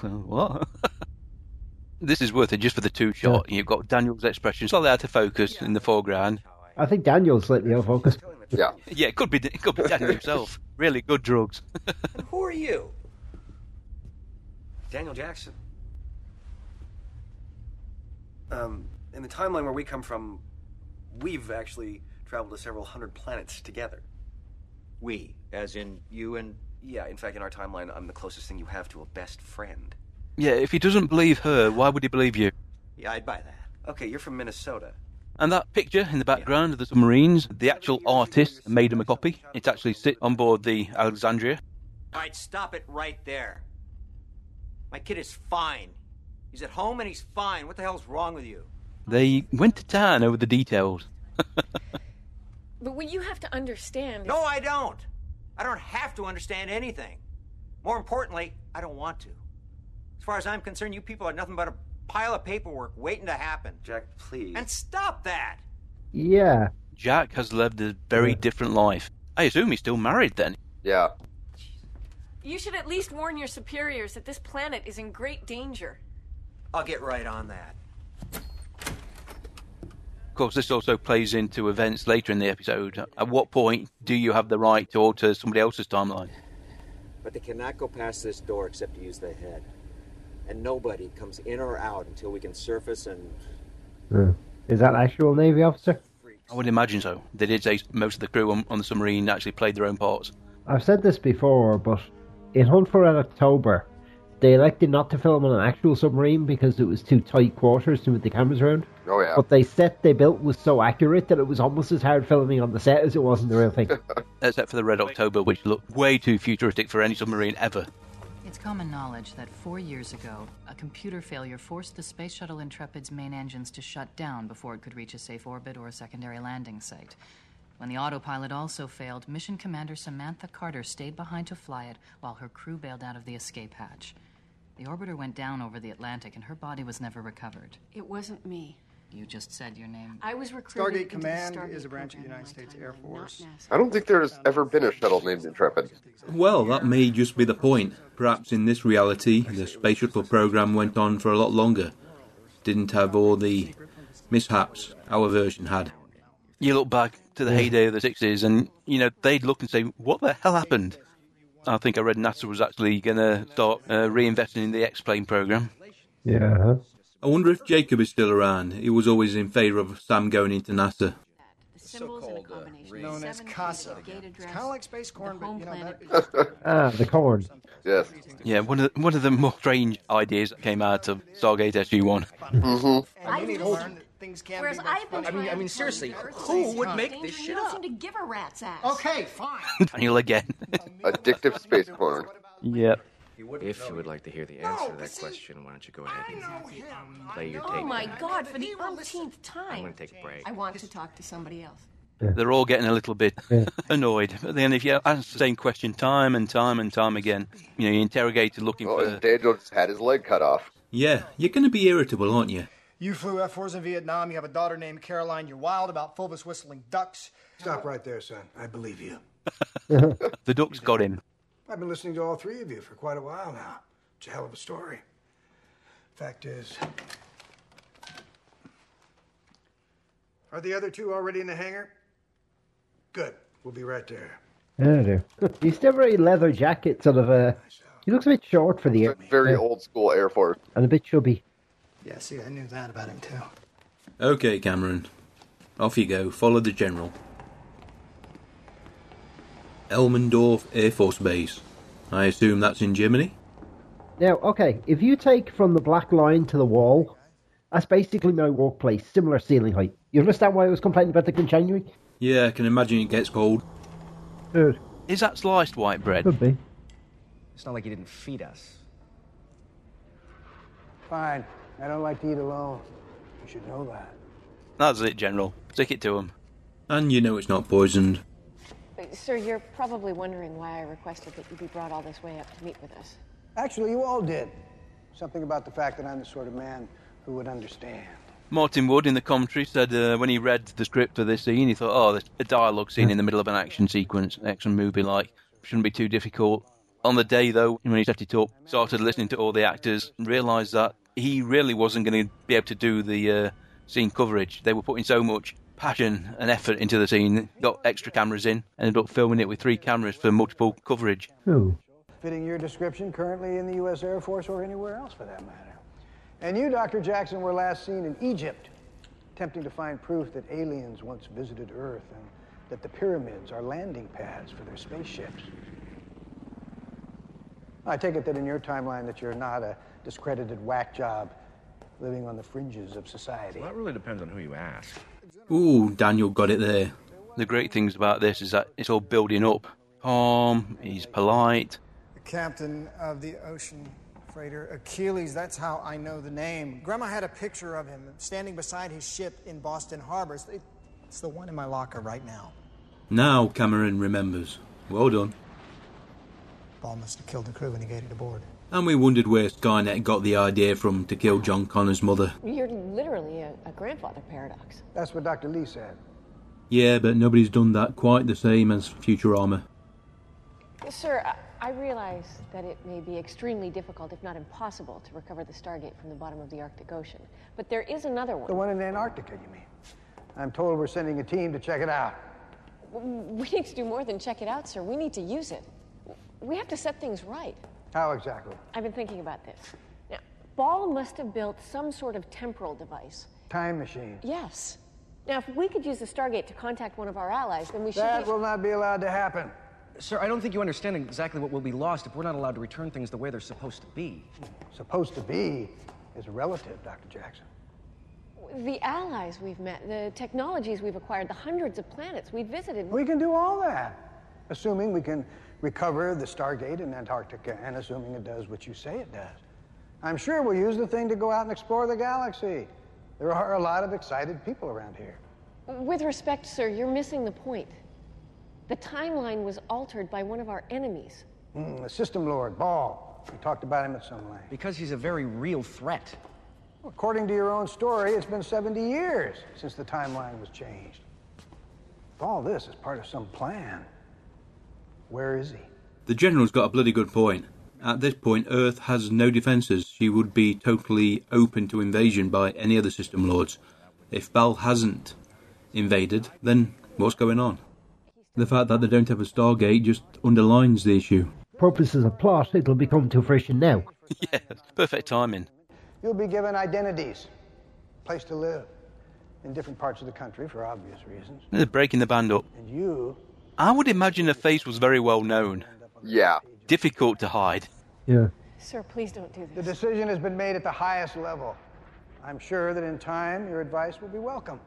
Speaker 4: what? this is worth it just for the two shot. You've got Daniel's expression slightly out of focus in the foreground.
Speaker 2: I think Daniel's slightly out of focus.
Speaker 3: Yeah.
Speaker 4: Yeah, it could be it could be Daniel himself. Really good drugs.
Speaker 12: And who are you? Daniel Jackson.
Speaker 7: um, in the timeline where we come from, we've actually traveled to several hundred planets together.
Speaker 12: We, as in you and
Speaker 7: yeah. In fact, in our timeline, I'm the closest thing you have to a best friend.
Speaker 4: Yeah, if he doesn't believe her, why would he believe you?
Speaker 7: Yeah, I'd buy that. Okay, you're from Minnesota.
Speaker 4: And that picture in the background of the submarines, the actual artist made him a copy. It actually sit on board the Alexandria.
Speaker 12: All right, stop it right there. My kid is fine. He's at home and he's fine. What the hell's wrong with you?
Speaker 4: They went to town over the details.
Speaker 9: But what you have to understand is.
Speaker 12: No, I don't. I don't have to understand anything. More importantly, I don't want to. As far as I'm concerned, you people are nothing but a pile of paperwork waiting to happen.
Speaker 7: Jack, please.
Speaker 12: And stop that!
Speaker 2: Yeah.
Speaker 4: Jack has lived a very different life. I assume he's still married then.
Speaker 3: Yeah.
Speaker 9: You should at least warn your superiors that this planet is in great danger.
Speaker 12: I'll get right on that.
Speaker 4: Of course, this also plays into events later in the episode. At what point do you have the right to alter somebody else's timeline?
Speaker 12: But they cannot go past this door except to use the head. And nobody comes in or out until we can surface and.
Speaker 2: Yeah. Is that an actual Navy officer?
Speaker 4: I would imagine so. They did say most of the crew on, on the submarine actually played their own parts.
Speaker 2: I've said this before, but in Hunt for Red October, they elected not to film on an actual submarine because it was too tight quarters to move the cameras around.
Speaker 3: Oh yeah.
Speaker 2: But the set they built was so accurate that it was almost as hard filming on the set as it was in the real thing.
Speaker 4: Except for the Red October, which looked way too futuristic for any submarine ever.
Speaker 19: It's common knowledge that four years ago, a computer failure forced the Space Shuttle Intrepid's main engines to shut down before it could reach a safe orbit or a secondary landing site. When the autopilot also failed, Mission Commander Samantha Carter stayed behind to fly it while her crew bailed out of the escape hatch. The orbiter went down over the Atlantic and her body was never recovered.
Speaker 20: It wasn't me.
Speaker 19: You just said your name.
Speaker 20: I was recruited.
Speaker 6: Stargate Command is a branch of the United States Air Force.
Speaker 3: I don't think there's ever been a shuttle named Intrepid.
Speaker 5: Well, that may just be the point. Perhaps in this reality, the space shuttle program went on for a lot longer. Didn't have all the mishaps our version had.
Speaker 4: You look back to the heyday of the 60s and, you know, they'd look and say, what the hell happened? I think I read NASA was actually going to start uh, reinvesting in the X-Plane program.
Speaker 2: Yeah.
Speaker 5: I wonder if Jacob is still around. He was always in favour of Sam going into NASA.
Speaker 20: The symbols in a combination.
Speaker 6: known as
Speaker 20: Seven
Speaker 6: CASA.
Speaker 20: gate address,
Speaker 6: It's kind of like space corn, but you know that.
Speaker 2: ah, the corn.
Speaker 3: Yes.
Speaker 4: Yeah, one of the, one of the more strange ideas that came out of Stargate SG-1.
Speaker 16: Mm-hmm.
Speaker 6: And you need to learn that things can
Speaker 20: Whereas
Speaker 6: be much
Speaker 20: I've been
Speaker 6: better.
Speaker 20: I mean- I trying mean, to
Speaker 7: seriously,
Speaker 20: who would make this shit You don't seem to give a rat's ass.
Speaker 6: Okay, fine.
Speaker 4: Daniel again.
Speaker 3: Addictive space porn.
Speaker 4: Yep.
Speaker 12: You wouldn't
Speaker 21: If
Speaker 12: know
Speaker 21: you would
Speaker 12: yet.
Speaker 21: like to hear the
Speaker 12: No,
Speaker 21: answer to
Speaker 12: but
Speaker 21: that
Speaker 12: see,
Speaker 21: question, why don't you go ahead and play your
Speaker 9: Oh
Speaker 21: tape?
Speaker 9: my
Speaker 21: back.
Speaker 9: god, for the umpteenth time.
Speaker 21: I'm gonna take a break.
Speaker 9: I want to talk to somebody else.
Speaker 4: They're all getting a little bit annoyed. But then, if you ask the same question time and time and time again, you know, you're interrogated looking
Speaker 3: Oh,
Speaker 4: for.
Speaker 3: and Daniel just had his leg cut off.
Speaker 5: Yeah, you're going to be irritable, aren't you?
Speaker 13: You flew F-4s in Vietnam. You have a daughter named Caroline. You're wild about Fulvis whistling ducks.
Speaker 22: Stop right there, son. I believe you.
Speaker 4: the ducks got him.
Speaker 22: I've been listening to all three of you for quite a while now. It's a hell of a story. Fact is,
Speaker 6: Are the other two already in the hangar? Good. We'll be right there.
Speaker 2: Yeah, I do. He's still very leather jacket, sort of. Uh, he looks a bit short for the air.
Speaker 3: Very
Speaker 2: yeah,
Speaker 3: old school Air Force.
Speaker 2: And a bit chubby.
Speaker 6: Yeah, see, I knew that about him, too.
Speaker 5: Okay, Cameron. Off you go. Follow the general. Elmendorf Air Force Base. I assume that's in Germany?
Speaker 2: Now, okay, if you take from the black line to the wall, that's basically no workplace, similar ceiling height. You understand why I was complaining about the continuing?
Speaker 5: Yeah, I can imagine it gets cold.
Speaker 2: Good.
Speaker 4: Is that sliced white bread?
Speaker 2: Could be.
Speaker 23: It's not like you didn't feed us.
Speaker 6: Fine. I don't like to eat alone. You should know that.
Speaker 4: That's it, General. Stick it to him.
Speaker 5: And you know it's not poisoned.
Speaker 9: Uh, Sir, you're probably wondering why I requested that you be brought all this way up to meet with us.
Speaker 6: Actually, you all did. Something about the fact that I'm the sort of man who would understand.
Speaker 4: Martin Wood in the commentary said uh, when he read the script for this scene, he thought, oh, there's a dialogue scene in the middle of an action sequence, action movie like. Shouldn't be too difficult. On the day, though, when he left it up, started listening to all the actors and realised that he really wasn't going to be able to do the uh, scene coverage. They were putting so much passion and effort into the scene, got extra cameras in, ended up filming it with three cameras for multiple coverage.
Speaker 6: Fitting your description currently in the U.S. Air Force or anywhere else for that matter. And you, Dr. Jackson, were last seen in Egypt, attempting to find proof that aliens once visited Earth and that the pyramids are landing pads for their spaceships. I take it that in your timeline that you're not a discredited whack job living on the fringes of society.
Speaker 23: Well, that really depends on who you ask.
Speaker 5: Ooh, Daniel got it there.
Speaker 4: The great things about this is that it's all building up. Calm, he's polite,
Speaker 13: The captain of the ocean freighter Achilles, that's how I know the name. Grandma had a picture of him standing beside his ship in Boston Harbor. It's- it- It's the one in my locker right now.
Speaker 5: Now Cameron remembers. Well done.
Speaker 13: Paul must have killed the crew when he gated aboard.
Speaker 5: And we wondered where Skynet got the idea from to kill John Connor's mother.
Speaker 9: You're literally a, a grandfather paradox.
Speaker 6: That's what Dr. Lee said.
Speaker 5: Yeah, but nobody's done that quite the same as Futurama.
Speaker 9: Sir, I- I realize that it may be extremely difficult, if not impossible, to recover the Stargate from the bottom of the Arctic Ocean. But there is another one.
Speaker 6: The one in Antarctica, you mean? I'm told we're sending a team to check it out.
Speaker 9: W- We need to do more than check it out, sir. We need to use it. We have to set things right.
Speaker 6: How exactly?
Speaker 9: I've been thinking about this. Now, Ball must have built some sort of temporal device.
Speaker 6: Time machine.
Speaker 9: Yes. Now, if we could use the Stargate to contact one of our allies, then we should.
Speaker 6: That
Speaker 9: be-
Speaker 6: will not be allowed to happen.
Speaker 23: Sir, I don't think you understand exactly what will be lost if we're not allowed to return things the way they're supposed to be.
Speaker 6: Supposed to be is relative, Dr. Jackson.
Speaker 9: The allies we've met, the technologies we've acquired, the hundreds of planets we've visited.
Speaker 6: We can do all that, assuming we can recover the Stargate in Antarctica and assuming it does what you say it does. I'm sure we'll use the thing to go out and explore the galaxy. There are a lot of excited people around here.
Speaker 9: With respect, sir, you're missing the point. The timeline was altered by one of our enemies.
Speaker 6: Mm, the system lord, Ball. We talked about him at some length.
Speaker 23: Because he's a very real threat.
Speaker 6: According to your own story, it's been 70 years since the timeline was changed. All this is part of some plan. Where is he?
Speaker 5: The general's got a bloody good point. At this point, Earth has no defences. She would be totally open to invasion by any other system lords. If Bal hasn't invaded, then what's going on? The fact that they don't have a Stargate just underlines the issue.
Speaker 2: Purposes of plot, it'll become too fruition now.
Speaker 4: Yeah, perfect timing.
Speaker 6: You'll be given identities, place to live, in different parts of the country for obvious reasons.
Speaker 4: They're breaking the band up.
Speaker 6: And you,
Speaker 4: I would imagine her face was very well known.
Speaker 3: Yeah.
Speaker 4: Difficult to hide.
Speaker 9: Sir, please don't do
Speaker 6: the decision has been made at the highest level. I'm sure that in time, your advice will be welcome.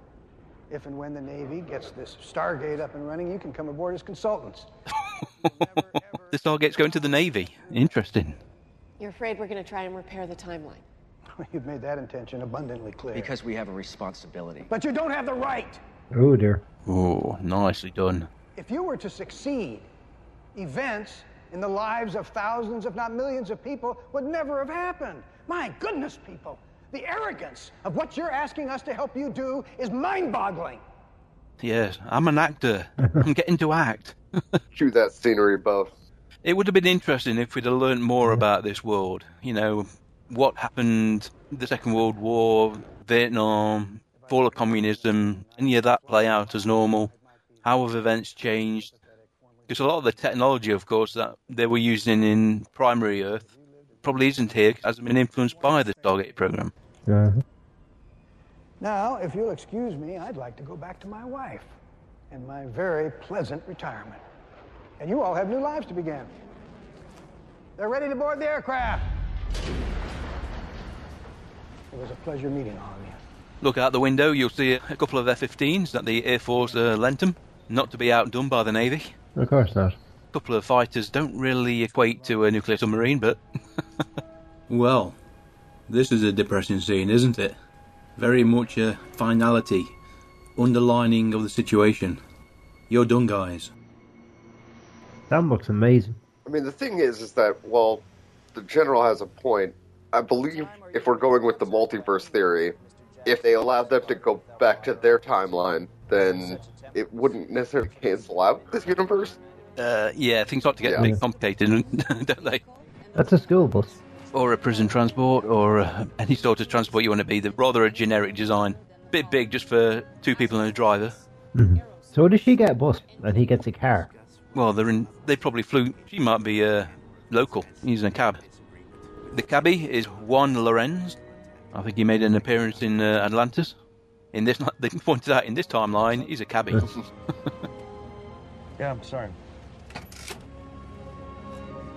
Speaker 6: If and when the Navy gets this Stargate up and running, you can come aboard as consultants.
Speaker 4: The Stargate's going to the Navy. Interesting.
Speaker 9: You're afraid we're going to try and repair the timeline.
Speaker 6: You've made that intention abundantly clear.
Speaker 7: Because we have a responsibility.
Speaker 6: But you don't have the right!
Speaker 2: Oh dear.
Speaker 4: Oh, nicely done.
Speaker 6: If you were to succeed, events in the lives of thousands, if not millions of people, would never have happened. My goodness, people, the arrogance of what you're asking us to help you do is mind boggling.
Speaker 4: Yes, I'm an actor. I'm getting to act.
Speaker 3: Chew that scenery, Buff.
Speaker 4: It would have been interesting if we'd have learned more about this world. You know, what happened, the Second World War, Vietnam, fall of communism, any of that play out as normal? How have events changed? Because a lot of the technology, of course, that they were using in primary Earth probably isn't here, hasn't been influenced by the Stargate program.
Speaker 2: Uh-huh.
Speaker 6: Now, if you'll excuse me, I'd like to go back to my wife and my very pleasant retirement. And you all have new lives to begin. They're ready to board the aircraft. It was a pleasure meeting all of you.
Speaker 4: Look out the window, you'll see a couple of F 15s that the Air Force uh, lent 'em, not to be outdone by the Navy.
Speaker 2: Of course not.
Speaker 4: A couple of fighters don't really equate to a nuclear submarine, but
Speaker 5: Well, this is a depressing scene, isn't it? Very much a finality, underlining of the situation. You're done, guys.
Speaker 2: That looks amazing.
Speaker 3: I mean, the thing is, is that while the general has a point, I believe if we're going with the multiverse theory, if they allowed them to go back to their timeline, then it wouldn't necessarily cancel out this universe.
Speaker 4: uh, yeah, things start to get a
Speaker 3: Yeah.
Speaker 4: bit complicated, don't they?
Speaker 2: That's a school bus.
Speaker 4: Or a prison transport, or uh, any sort of transport you want to be. They're rather a generic design. Bit big just for two people and a driver.
Speaker 2: So does she get a bus and he gets a car?
Speaker 4: Well, they're in. They probably flew. She might be uh, local, using a cab. The cabbie is Juan Lorenz. I think he made an appearance in uh, Atlantis. In this, they pointed out in this timeline, he's a cabbie.
Speaker 23: Yeah, I'm sorry.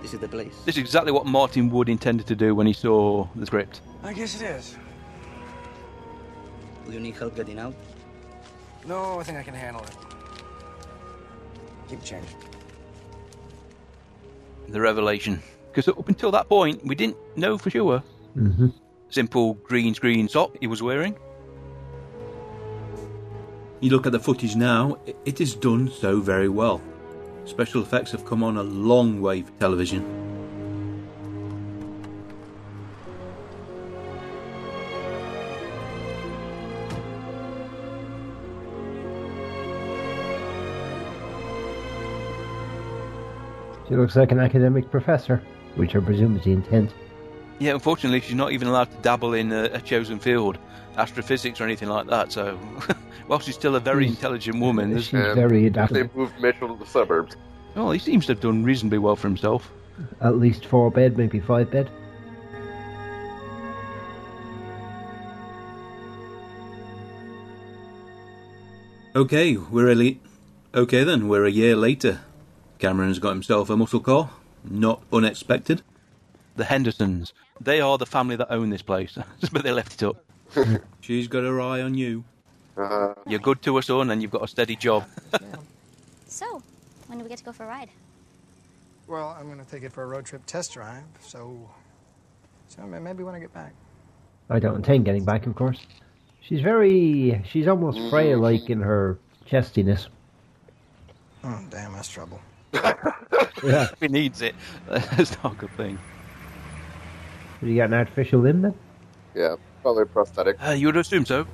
Speaker 21: This is the police.
Speaker 4: this is exactly what Martin Wood intended to do when he saw the script.
Speaker 23: I guess it is.
Speaker 21: Do you need help getting out?
Speaker 23: No, I think I can handle it.
Speaker 21: Keep change.
Speaker 4: The revelation, because up until that point, we didn't know for sure.
Speaker 2: Mm-hmm.
Speaker 4: Simple green screen top he was wearing.
Speaker 5: You look at the footage now, i- it is done so very well. Special effects have come on a long way for television.
Speaker 2: She looks like an academic professor, which I presume is the intent.
Speaker 4: Yeah, unfortunately, she's not even allowed to dabble in a, a chosen field, astrophysics or anything like that. So, while she's still a very intelligent woman, there's-
Speaker 2: she's very
Speaker 3: They
Speaker 2: adaptable.
Speaker 3: moved Mitchell to the suburbs.
Speaker 4: Well, he seems to have done reasonably well for himself.
Speaker 2: At least four bed, maybe five bed.
Speaker 5: Okay, we're elite. Okay then, we're a year later. Cameron's got himself a muscle car. Not unexpected.
Speaker 4: The Hendersons. They are the family that own this place, but they left it up.
Speaker 5: She's got her eye on you.
Speaker 4: You're good to us, son, and you've got a steady job.
Speaker 24: So, when do we get to go for a ride?
Speaker 13: Well, I'm going to take it for a road trip test drive, so. So ma- maybe when I get back.
Speaker 2: I don't intend getting back, of course. She's very. She's almost Freya like in her chestiness.
Speaker 13: Oh, damn, that's trouble.
Speaker 2: Yeah.
Speaker 4: he needs it. That's not a good thing.
Speaker 2: Have you got an artificial limb then?
Speaker 3: Yeah, probably prosthetic.
Speaker 4: Uh, you would assume so.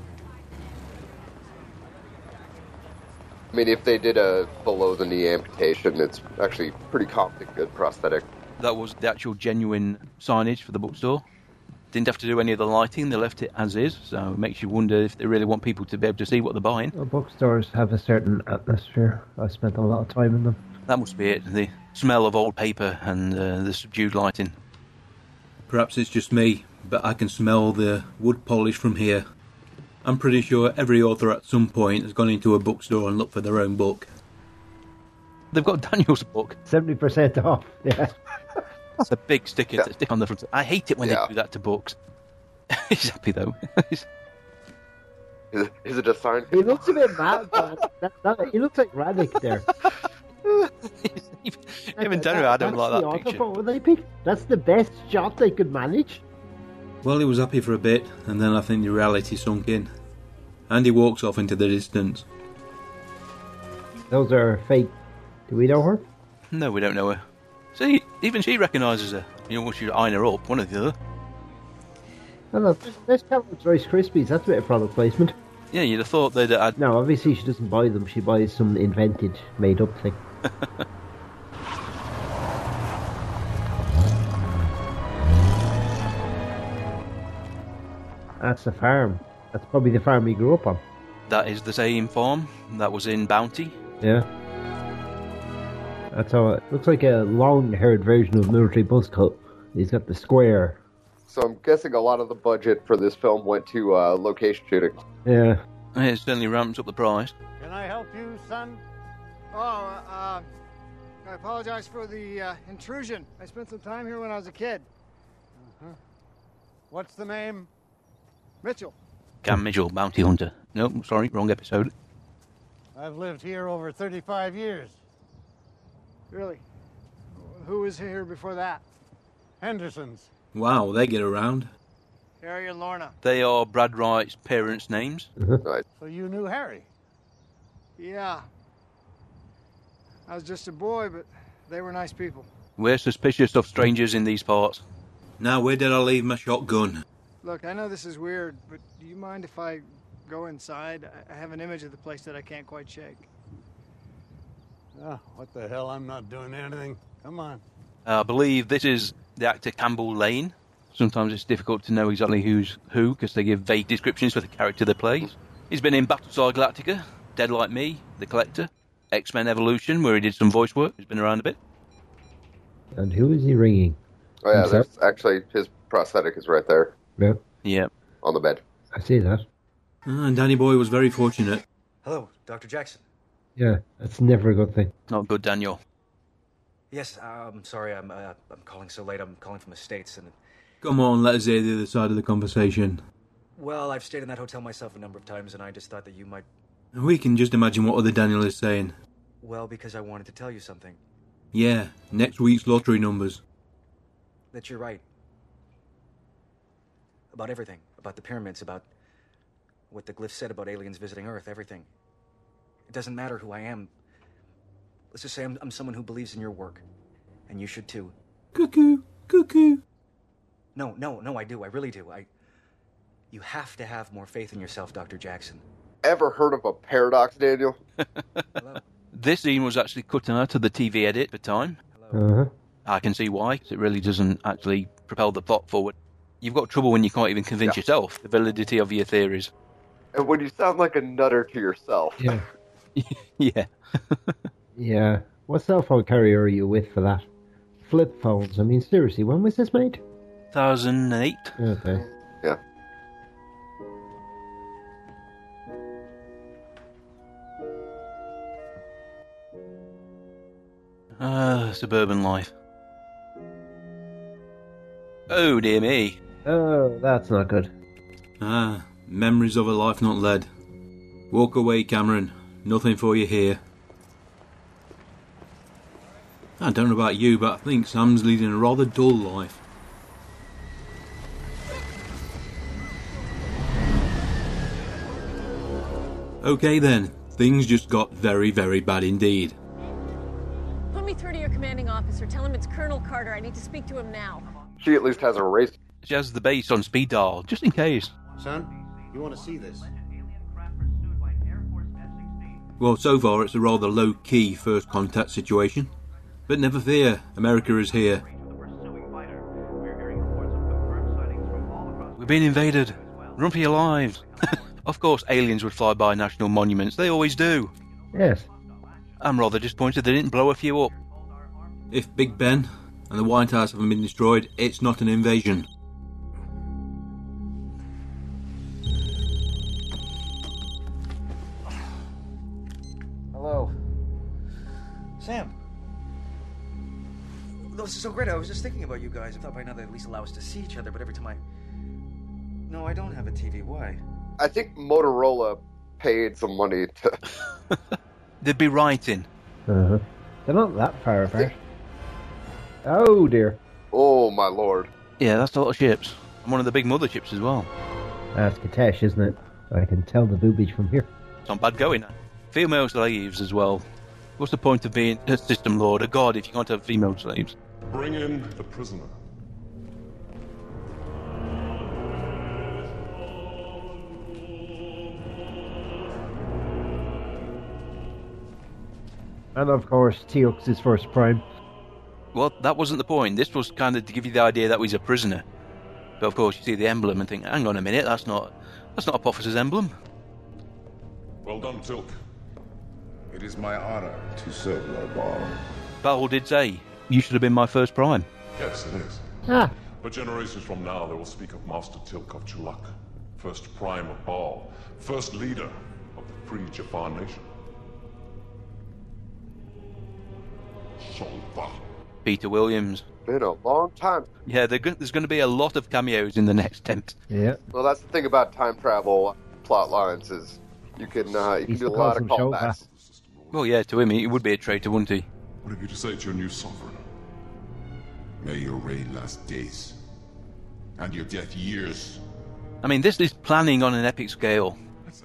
Speaker 3: I mean, if they did a below the knee amputation, it's actually pretty commonly good prosthetic.
Speaker 4: That was the actual genuine signage for the bookstore. Didn't have to do any of the lighting, they left it as is, so it makes you wonder if they really want people to be able to see what they're buying.
Speaker 2: Well, bookstores have a certain atmosphere. I spent a lot of time in them.
Speaker 4: That must be it the smell of old paper and uh, the subdued lighting.
Speaker 5: Perhaps it's just me, but I can smell the wood polish from here. I'm pretty sure every author at some point has gone into a bookstore and looked for their own book.
Speaker 4: They've got Daniel's book.
Speaker 2: 70% off. Yeah.
Speaker 4: That's a big sticker to stick on the front. I hate it when they do that to books. He's happy though.
Speaker 3: Is it, is it a sign?
Speaker 2: He looks a bit mad, but that, that, he looks like Radek there.
Speaker 4: Even Dano had him
Speaker 2: That's
Speaker 4: like
Speaker 2: the
Speaker 4: that picture.
Speaker 2: autobot they picked. That's the best shot they could manage.
Speaker 5: Well, he was happy for a bit, and then I think the reality sunk in. And he walks off into the distance.
Speaker 2: Those are fake. Do we know her?
Speaker 4: No, we don't know her. See, even she recognises her. You know, once you iron her up, one or the other.
Speaker 2: No, no. Let's tell them it's Rice Krispies. That's a bit of product placement.
Speaker 4: Yeah, you'd have thought they'd have had
Speaker 2: No, obviously she doesn't buy them. She buys some invented, made-up thing. That's the farm. That's probably the farm he grew up on.
Speaker 4: that is the same farm that was in Bounty.
Speaker 2: Yeah. That's how it looks like a long-haired version of military buzz cut. He's got the square.
Speaker 3: So I'm guessing a lot of the budget for this film went to uh, location shooting.
Speaker 2: Yeah.
Speaker 4: It certainly ramps up the price.
Speaker 14: Can I help you, son?
Speaker 13: Oh, uh, I apologize for the uh, intrusion. I spent some time here when I was a kid.
Speaker 14: Uh-huh.
Speaker 13: What's the name? Mitchell.
Speaker 4: Cam Mitchell, Bounty Hunter. No, sorry, wrong episode.
Speaker 14: I've lived here over 35 years.
Speaker 13: Really? Who was here before that?
Speaker 14: Henderson's.
Speaker 5: Wow, they get around.
Speaker 14: Harry and Lorna.
Speaker 4: They are Brad Wright's parents' names.
Speaker 3: Right.
Speaker 14: So you knew Harry?
Speaker 13: Yeah. I was just a boy, but they were nice people.
Speaker 4: We're suspicious of strangers in these parts.
Speaker 5: Now, where did I leave my shotgun?
Speaker 13: Look, I know this is weird, but do you mind if I go inside? I- I have an image of the place that I can't quite shake.
Speaker 14: Oh, what the hell? I'm not doing anything. Come on.
Speaker 4: Uh, I believe this is the actor Campbell Lane. Sometimes it's difficult to know exactly who's who because they give vague descriptions for the character they play. He's been in Battlestar Galactica, Dead Like Me, The Collector, X Men Evolution, where he did some voice work. He's been around a bit.
Speaker 2: And who is he ringing?
Speaker 3: Oh, yeah,
Speaker 2: Himself?
Speaker 3: there's actually his prosthetic is right there
Speaker 2: Yeah,
Speaker 4: Yeah.
Speaker 3: on the bed.
Speaker 2: I see that.
Speaker 5: Ah, and Danny Boy was very fortunate.
Speaker 7: Hello, Dr. Jackson.
Speaker 2: Yeah, that's never a good thing.
Speaker 4: Not good, Daniel.
Speaker 7: Yes, I'm sorry. I'm uh, I'm calling so late. I'm calling from the states, and
Speaker 5: Come on, let us hear the other side of the conversation.
Speaker 7: well, I've stayed in that hotel myself a number of times, and I just thought that you might.
Speaker 5: We can just imagine what other Daniel is saying.
Speaker 7: Well, because I wanted to tell you something.
Speaker 5: Yeah, next week's lottery numbers.
Speaker 7: That you're right. About everything. About the pyramids, about what the glyph said about aliens visiting Earth, everything. It doesn't matter who I am. Let's just say I'm, I'm someone who believes in your work. And you should too.
Speaker 5: Cuckoo, cuckoo.
Speaker 7: No, no, no, I do. I really do. I. You have to have more faith in yourself, Dr. Jackson.
Speaker 3: Ever heard of a paradox, Daniel?
Speaker 4: This scene was actually cut out of the TV edit at the time.
Speaker 2: Uh-huh.
Speaker 4: I can see why. 'cause It really doesn't actually propel the plot forward. You've got trouble when you can't even convince yourself the validity of your theories.
Speaker 3: And when you sound like a nutter to yourself.
Speaker 2: Yeah.
Speaker 4: yeah.
Speaker 2: Yeah. What cell phone carrier are you with for that? Flip phones. I mean, seriously, when was this made?
Speaker 4: 2008.
Speaker 2: Okay.
Speaker 3: Yeah.
Speaker 4: Ah, suburban life. Oh, dear me.
Speaker 2: Oh, that's not good.
Speaker 5: Ah, memories of a life not led. Walk away, Cameron. Nothing for you here. I don't know about you, but I think Sam's leading a rather dull life. Okay then, things just got very, very bad indeed.
Speaker 9: Put me through to your commanding officer. Tell him it's Colonel Carter. I need to speak to him now.
Speaker 3: She at least has a race.
Speaker 4: She has the base on speed dial, just in case.
Speaker 14: Son, you want to see this?
Speaker 5: Well, so far it's a rather low key first contact situation. But never fear, America is here.
Speaker 4: We've been invaded. Run for your lives. of course, aliens would fly by national monuments. They always do.
Speaker 2: Yes.
Speaker 4: I'm rather disappointed they didn't blow a few up.
Speaker 5: If Big Ben and the White House haven't been destroyed, it's not an invasion.
Speaker 7: Hello. Sam. This is so great. I was just thinking about you guys. I thought by now they'd at least allow us to see each other, but every time I. No, I don't have a TV. Why?
Speaker 3: I think Motorola paid some money to.
Speaker 4: They'd be writing.
Speaker 2: Uh-huh. They're not that far apart. Oh dear.
Speaker 3: Oh my lord.
Speaker 4: Yeah, that's a lot of ships. And one of the big mother ships as well.
Speaker 2: That's Katesh, isn't it? I can tell the boobage from here.
Speaker 4: It's on bad going. Female slaves as well. What's the point of being a system lord, a god, if you can't have female slaves?
Speaker 1: Bring in the prisoner.
Speaker 2: And of course, Teox's first prime.
Speaker 4: Well, that wasn't the point. This was kind of to give you the idea that he's a prisoner. But of course, you see the emblem and think, "Hang on a minute, that's not that's not Apophis' emblem."
Speaker 1: Well done, Tilk. It is my honor to serve Lord Ball.
Speaker 4: Bowel did say, "You should have been my first prime."
Speaker 1: Yes, it is.
Speaker 2: Ah.
Speaker 1: But generations from now, they will speak of Master Tilk of Chulak, first prime of Baal, first leader of the free Jafar nation. Shalva.
Speaker 4: Peter Williams.
Speaker 3: Been a long time.
Speaker 4: Yeah, they're go- there's going to be a lot of cameos in the next attempt.
Speaker 2: Yeah.
Speaker 3: Well, that's the thing about time travel plot lines is you can uh, you can
Speaker 4: He's
Speaker 3: do a
Speaker 4: the
Speaker 3: lot of
Speaker 4: Carlson show,
Speaker 3: callbacks.
Speaker 4: Well, yeah, to him, he would be a traitor, wouldn't he?
Speaker 1: What have you to say to your new sovereign? May your reign last days, and your death years.
Speaker 4: I mean, this is planning on an epic scale.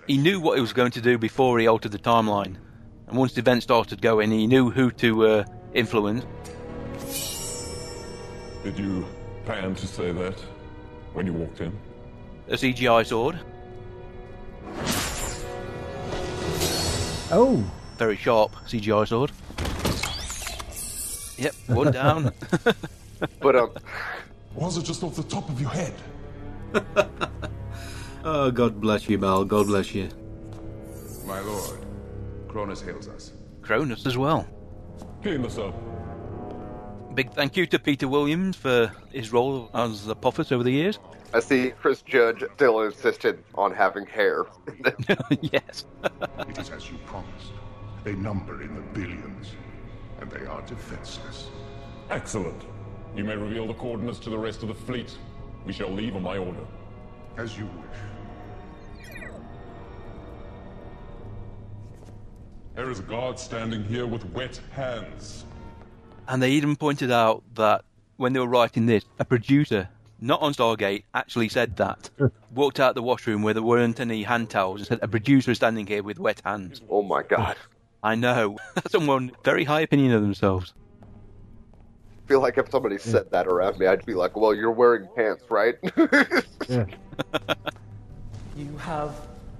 Speaker 4: He knew what he was going to do before he altered the timeline. And once the event started going, he knew who to uh, influence.
Speaker 1: Did you plan to say that when you walked in?
Speaker 4: A CGI sword,
Speaker 2: Oh,
Speaker 4: very sharp CGI sword. Yep, one down.
Speaker 3: but um,
Speaker 1: Was it just off the top of your head?
Speaker 5: Oh, God bless you, Mal. God bless you.
Speaker 1: My lord, Cronus hails us.
Speaker 4: Cronus as well.
Speaker 1: Hail us up.
Speaker 4: Big thank you to Peter Williams for his role as the Apophis over the years.
Speaker 3: I see Chris Judge still insisted on having hair.
Speaker 4: yes.
Speaker 1: It is as you promised. They number in the billions, and they are defenseless. Excellent. You may reveal the coordinates to the rest of the fleet. We shall leave on my order. As you wish. There is a guard standing here with wet hands.
Speaker 4: And they even pointed out that when they were writing this, a producer, not on Stargate, actually said that. Walked out the washroom where there weren't any hand towels and said, A producer is standing here with wet hands.
Speaker 3: Oh my god.
Speaker 4: I know. Someone very high opinion of themselves.
Speaker 3: I feel like if somebody said that around me, I'd be like, "Well, you're wearing pants, right?"
Speaker 11: You have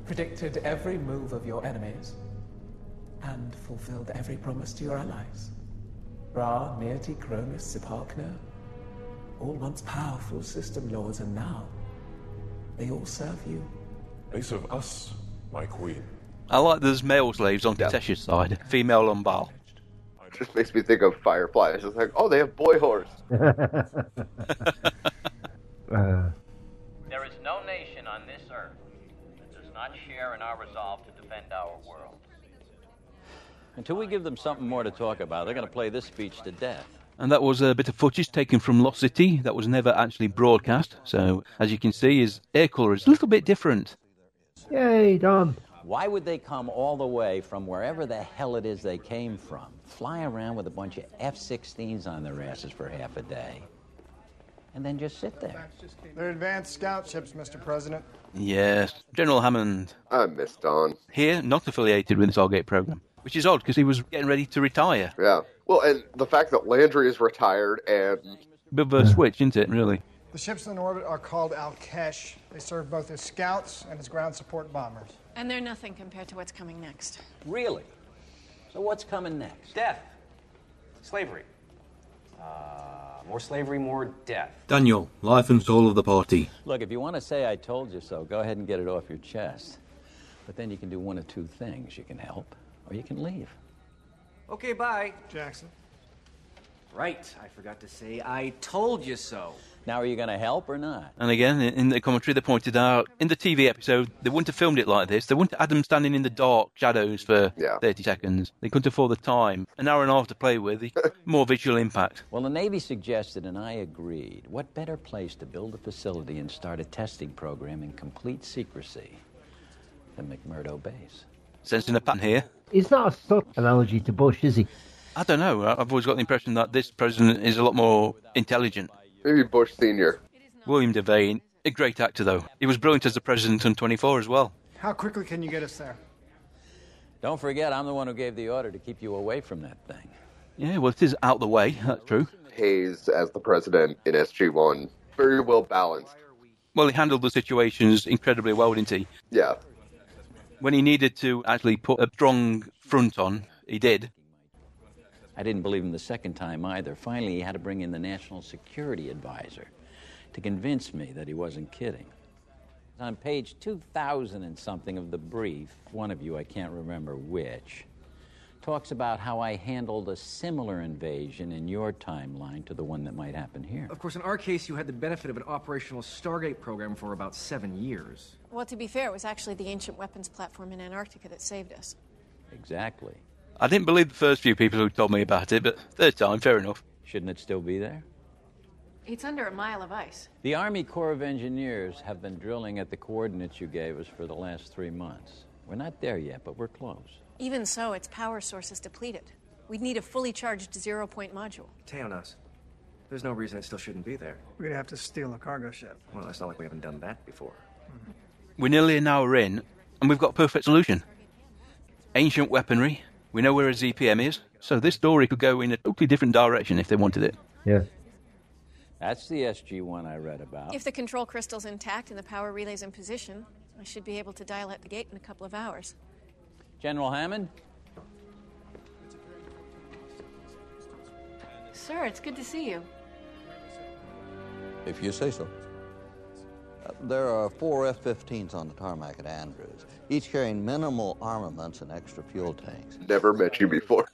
Speaker 11: predicted every move of your enemies and fulfilled every promise to your allies. Ra, Nearty, Cronus, Sipakna, all once powerful system lords, and now they all serve you.
Speaker 1: They serve us, my queen.
Speaker 4: I like there's male slaves on Katesh's side, female on Baal.
Speaker 3: just makes me think of Firefly. It's just like, oh, they have boy horse.
Speaker 2: Uh,
Speaker 25: There is no nation on this earth that does not share in our resolve to defend our world.
Speaker 11: Until we give them something more to talk about, they're going to play this speech to death.
Speaker 4: And that was a bit of footage taken from Lost City that was never actually broadcast. So, as you can see, his air colour is a little bit different.
Speaker 2: Yay, Don.
Speaker 11: Why would they come all the way from wherever the hell it is they came from, fly around with a bunch of F 16s on their asses for half a day, and then just sit there?
Speaker 13: They're advanced scout ships, Mr. President.
Speaker 4: Yes, General Hammond.
Speaker 3: I missed Don.
Speaker 4: Here, not affiliated with the Stargate program, which is odd because he was getting ready to retire.
Speaker 3: Yeah. Well, and the fact that Landry is retired and
Speaker 4: Bit of a switch, isn't it, really?
Speaker 13: The ships in orbit are called Alkesh. They serve both as scouts and as ground support bombers.
Speaker 9: And they're nothing compared to what's coming next.
Speaker 11: Really? So what's coming next?
Speaker 7: Death. Slavery. Uh, more slavery, more death.
Speaker 5: Daniel, life and soul of the party.
Speaker 11: Look, if you want to say I told you so, go ahead and get it off your chest. But then you can do one of two things you can help, or you can leave.
Speaker 12: Okay, bye.
Speaker 13: Jackson.
Speaker 12: Right, I forgot to say, I told you so.
Speaker 11: Now, are you going to help or not?
Speaker 4: And again, in in the commentary, they pointed out in the TV episode, they wouldn't have filmed it like this. They wouldn't have had him standing in the dark shadows for 30 seconds. They couldn't afford the time. An hour and a half to play with, more visual impact.
Speaker 11: Well, the Navy suggested, and I agreed. What better place to build a facility and start a testing program in complete secrecy than McMurdo Base?
Speaker 4: Sensing a pattern here.
Speaker 2: He's not a subtle analogy to Bush, is he?
Speaker 4: I don't know. I- I've always got the impression that this president is a lot more intelligent.
Speaker 3: Maybe Bush Senior.
Speaker 4: William Devane, a great actor though. He was brilliant as the president on 24 as well.
Speaker 13: How quickly can you get us there?
Speaker 15: Don't forget, I'm the one who gave the order to keep you away from that thing.
Speaker 4: Yeah, well, it is out the way. That's true.
Speaker 3: Hayes as the president in SG One. Very well balanced.
Speaker 4: Well, he handled the situations incredibly well, didn't he?
Speaker 3: Yeah.
Speaker 4: When he needed to actually put a strong front on, he did.
Speaker 15: I didn't believe him the second time either. Finally, he had to bring in the National Security Advisor to convince me that he wasn't kidding. On page 2000 and something of the brief, one of you, I can't remember which, talks about how I handled a similar invasion in your timeline to the one that might happen here.
Speaker 23: Of course, in our case, you had the benefit of an operational Stargate program for about seven years.
Speaker 9: Well, to be fair, it was actually the ancient weapons platform in Antarctica that saved us.
Speaker 15: Exactly.
Speaker 4: I didn't believe the first few people who told me about it, but third time, fair enough.
Speaker 15: Shouldn't it still be there?
Speaker 9: It's under a mile of ice.
Speaker 15: The Army Corps of Engineers have been drilling at the coordinates you gave us for the last three months. We're not there yet, but we're close.
Speaker 9: Even so, its power source is depleted. We'd need a fully charged zero point module.
Speaker 23: Teonos. There's no reason it still shouldn't be there.
Speaker 13: We'd have to steal a cargo ship.
Speaker 23: Well, it's not like we haven't done that before.
Speaker 4: We're nearly an hour in, and we've got a perfect solution. Ancient weaponry. We know where a ZPM is, so this story could go in a totally different direction if they wanted it.
Speaker 2: Yeah.
Speaker 15: That's the SG one I read about.
Speaker 9: If the control crystal's intact and the power relay's in position, I should be able to dial at the gate in a couple of hours.
Speaker 15: General Hammond?
Speaker 9: Sir, it's good to see you.
Speaker 16: If you say so. Uh, There are four F 15s on the tarmac at Andrews, each carrying minimal armaments and extra fuel tanks.
Speaker 3: Never met you before.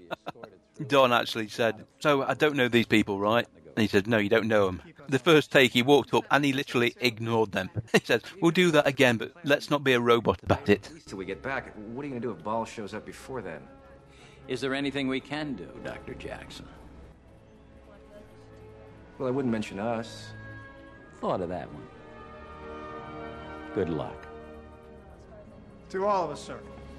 Speaker 4: Don actually said, So I don't know these people, right? And he said, No, you don't know them. The first take, he walked up and he literally ignored them. He said, We'll do that again, but let's not be a robot about it.
Speaker 23: At least till we get back. What are you going to do if Ball shows up before then?
Speaker 15: Is there anything we can do, Dr. Jackson?
Speaker 23: Well, I wouldn't mention us.
Speaker 15: Thought of that one. Good luck.
Speaker 13: To all of us, sir.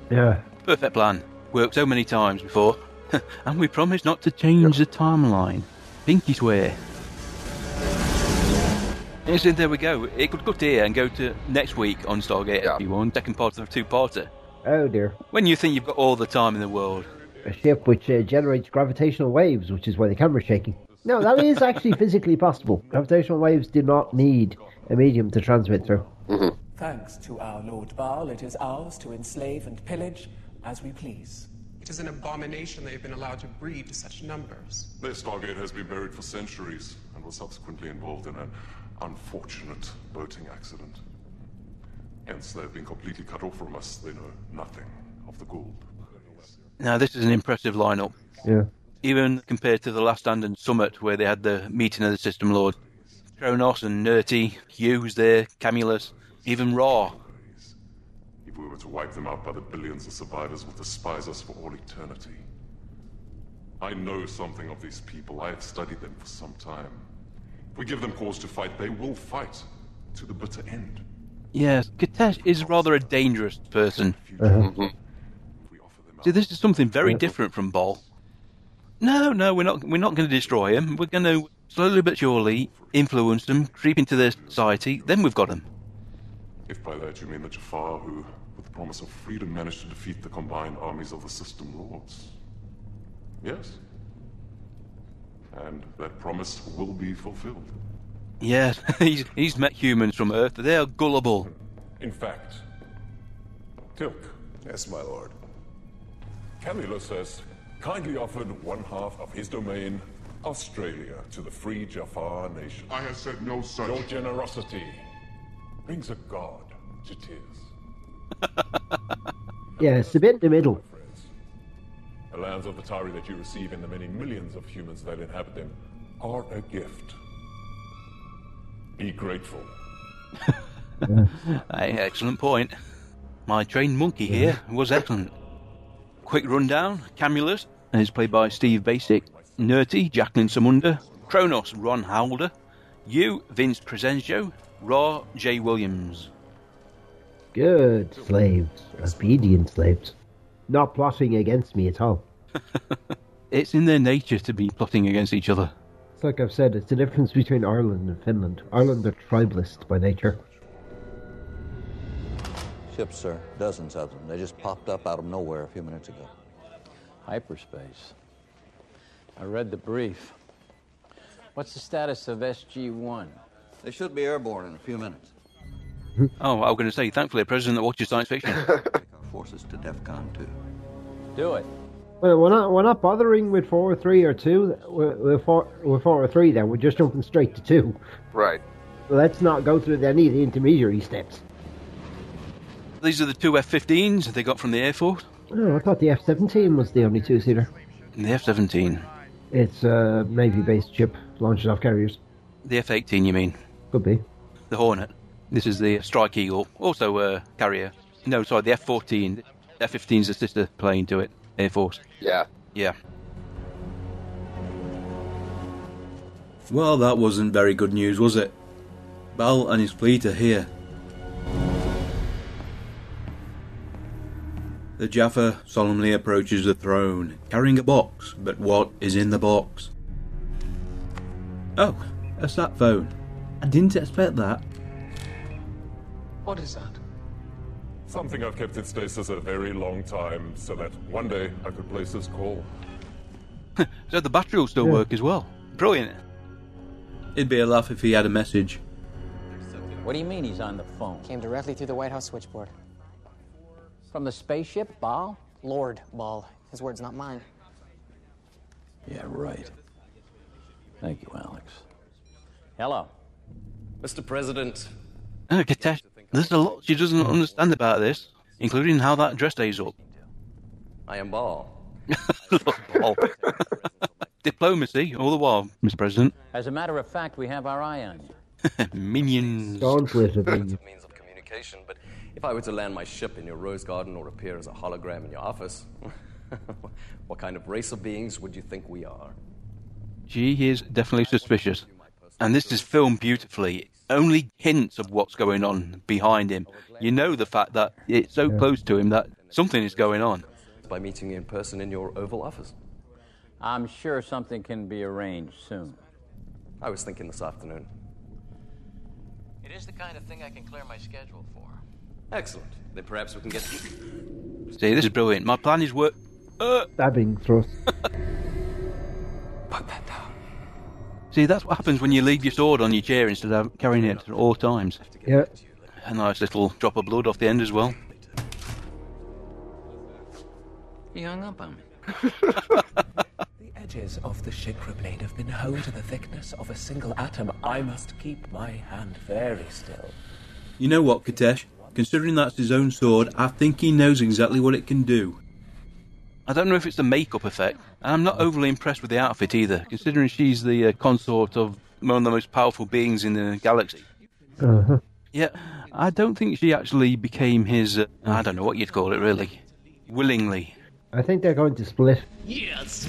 Speaker 4: Yeah. Perfect plan. Worked so many times before. and we promised not to change the timeline. Pinky swear. And So there we go. It could cut here and go to next week on Stargate SG-1, second part of a two-parter.
Speaker 2: Oh dear.
Speaker 4: When you think you've got all the time in the world,
Speaker 2: A ship which uh, generates gravitational waves, which is why the camera's shaking. No, that is actually physically possible. Gravitational waves do not need a medium to transmit through.
Speaker 11: Thanks to our Lord Baal, it is ours to enslave and pillage as we please.
Speaker 17: It is an abomination they have been allowed to breed to such numbers.
Speaker 1: This Stargate has been buried for centuries and was subsequently involved in an unfortunate boating accident. Hence, they've been completely cut off from us. They know nothing of the Gould.
Speaker 4: now this is an impressive lineup.
Speaker 2: Yeah.
Speaker 4: Even compared to the last stand and summit where they had the meeting of the system lord. Kronos and Nerty, Hughes there, Camulus, even Raw.
Speaker 1: If we were to wipe them out by the billions, the survivors will despise us for all eternity. I know something of these people. I have studied them for some time. If we give them cause to fight, they will fight to the bitter end.
Speaker 4: Yes, Katesh is rather a dangerous person. See, this is something very different from Ball. No, no, we're not. We're not going to destroy him. We're going to slowly but surely influence them, creep into their society. Then we've got him.
Speaker 1: If by that you mean the Jafar who, with the promise of freedom, managed to defeat the combined armies of the System Lords. Yes. And that promise will be fulfilled.
Speaker 4: Yes, he's he's met humans from Earth. They are gullible.
Speaker 1: In fact, Tilk. Yes, my lord. Camulus has kindly offered one half of his domain, Australia, to the free Jafar nation. I have said no such. Your generosity brings a god to tears.
Speaker 2: Yeah, it's a bit in the middle.
Speaker 1: The lands of the Tari that you receive and the many millions of humans that inhabit them are a gift. Be grateful.
Speaker 4: Hey, excellent point. My trained monkey here was excellent. Quick rundown: Camulus is played by Steve Basic, Nerty Jacqueline Samunda, Kronos Ron Howlder, you Vince Crescenzo, Raw Jay Williams.
Speaker 2: Good slaves, obedient slaves, not plotting against me at all.
Speaker 4: It's in their nature to be plotting against each other.
Speaker 2: It's like I've said, it's the difference between Ireland and Finland. Ireland are tribalists by nature.
Speaker 16: Ships, sir. Dozens of them. They just popped up out of nowhere a few minutes ago.
Speaker 15: Hyperspace. I read the brief. What's the status of SG-1?
Speaker 16: They should be airborne in a few minutes.
Speaker 4: Oh, I was going to say, thankfully, a president that watches science fiction.
Speaker 16: Forces to DEFCON 2.
Speaker 15: Do it.
Speaker 2: Well, we're not we're not bothering with four or three or two. We're, we're four we're four or three. Then we're just jumping straight to two.
Speaker 3: Right.
Speaker 2: Let's not go through any of the intermediary steps.
Speaker 4: These are the two F 15s they got from the Air Force.
Speaker 2: Oh, I thought the F seventeen was the only two seater.
Speaker 4: The F 17.
Speaker 2: It's a navy based ship launches off carriers.
Speaker 4: The F 18, you mean?
Speaker 2: Could be.
Speaker 4: The Hornet. This is the Strike Eagle, also a carrier. No, sorry, the F 14. F 15 is a sister plane to it, Air Force.
Speaker 3: Yeah.
Speaker 4: Yeah.
Speaker 5: Well, that wasn't very good news, was it? Bal and his fleet are here. The Jaffa solemnly approaches the throne, carrying a box, but what is in the box? Oh, a sat phone. I didn't expect that.
Speaker 17: What is that?
Speaker 1: Something I've kept in stasis a very long time, so that one day I could place this call.
Speaker 4: So the battery will still work as well. Brilliant.
Speaker 5: It'd be a laugh if he had a message.
Speaker 15: What do you mean he's on the phone?
Speaker 21: Came directly through the White House switchboard.
Speaker 15: From the spaceship, Ball?
Speaker 21: Lord Ball. His word's not mine.
Speaker 15: Yeah, right. Thank you, Alex. Hello.
Speaker 20: Mr. President,
Speaker 4: Uh, Katesh, there's a lot she doesn't understand about this, including how that dress stays up.
Speaker 20: I am Ball.
Speaker 4: Lol. Diplomacy, all the while, Mr. President.
Speaker 15: As a matter of fact, we have our eye on you.
Speaker 4: Minions.
Speaker 20: means of communication, but if I were to land my ship in your rose garden or appear as a hologram in your office, what kind of race of beings would you think we are?
Speaker 4: She is definitely suspicious. And this is filmed beautifully. Only hints of what's going on behind him. You know the fact that it's so close to him that something is going on.
Speaker 20: By meeting you in person in your Oval Office.
Speaker 15: I'm sure something can be arranged soon.
Speaker 20: I was thinking this afternoon.
Speaker 25: It is the kind of thing I can clear my schedule for.
Speaker 20: Excellent. Then perhaps we can get.
Speaker 4: See, this is brilliant. My plan is work. Uh,
Speaker 2: Stabbing thrust.
Speaker 4: see, that's what happens when you leave your sword on your chair instead of carrying it at all times.
Speaker 2: Yeah.
Speaker 4: A nice little drop of blood off the end as well.
Speaker 25: You hung up on me.
Speaker 11: The edges of the chakra blade have been honed to the thickness of a single atom. I must keep my hand very still.
Speaker 5: You know what, Katesh? Considering that's his own sword, I think he knows exactly what it can do.
Speaker 4: I don't know if it's the makeup effect, and I'm not overly impressed with the outfit either, considering she's the uh, consort of one of the most powerful beings in the galaxy.
Speaker 2: Uh-huh.
Speaker 4: Yeah, I don't think she actually became his, uh, I don't know what you'd call it really, willingly.
Speaker 2: I think they're going to split.
Speaker 11: Yes!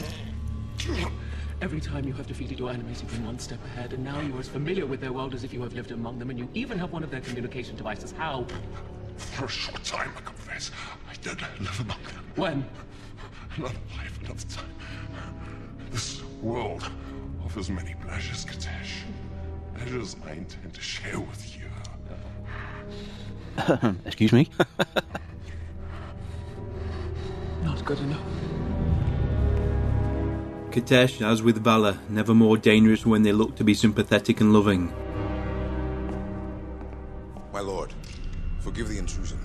Speaker 11: Every time you have defeated your enemies, you've been one step ahead, and now you are as familiar with their world as if you have lived among them, and you even have one of their communication devices. How?
Speaker 1: For a short time, I confess, I did live among them.
Speaker 11: When?
Speaker 1: Another life, another time. This world offers many pleasures, Katesh. Pleasures I intend to share with you.
Speaker 4: Excuse me.
Speaker 11: Not good enough.
Speaker 5: Katesh, as with Valor, never more dangerous when they look to be sympathetic and loving.
Speaker 18: My lord, forgive the intrusion.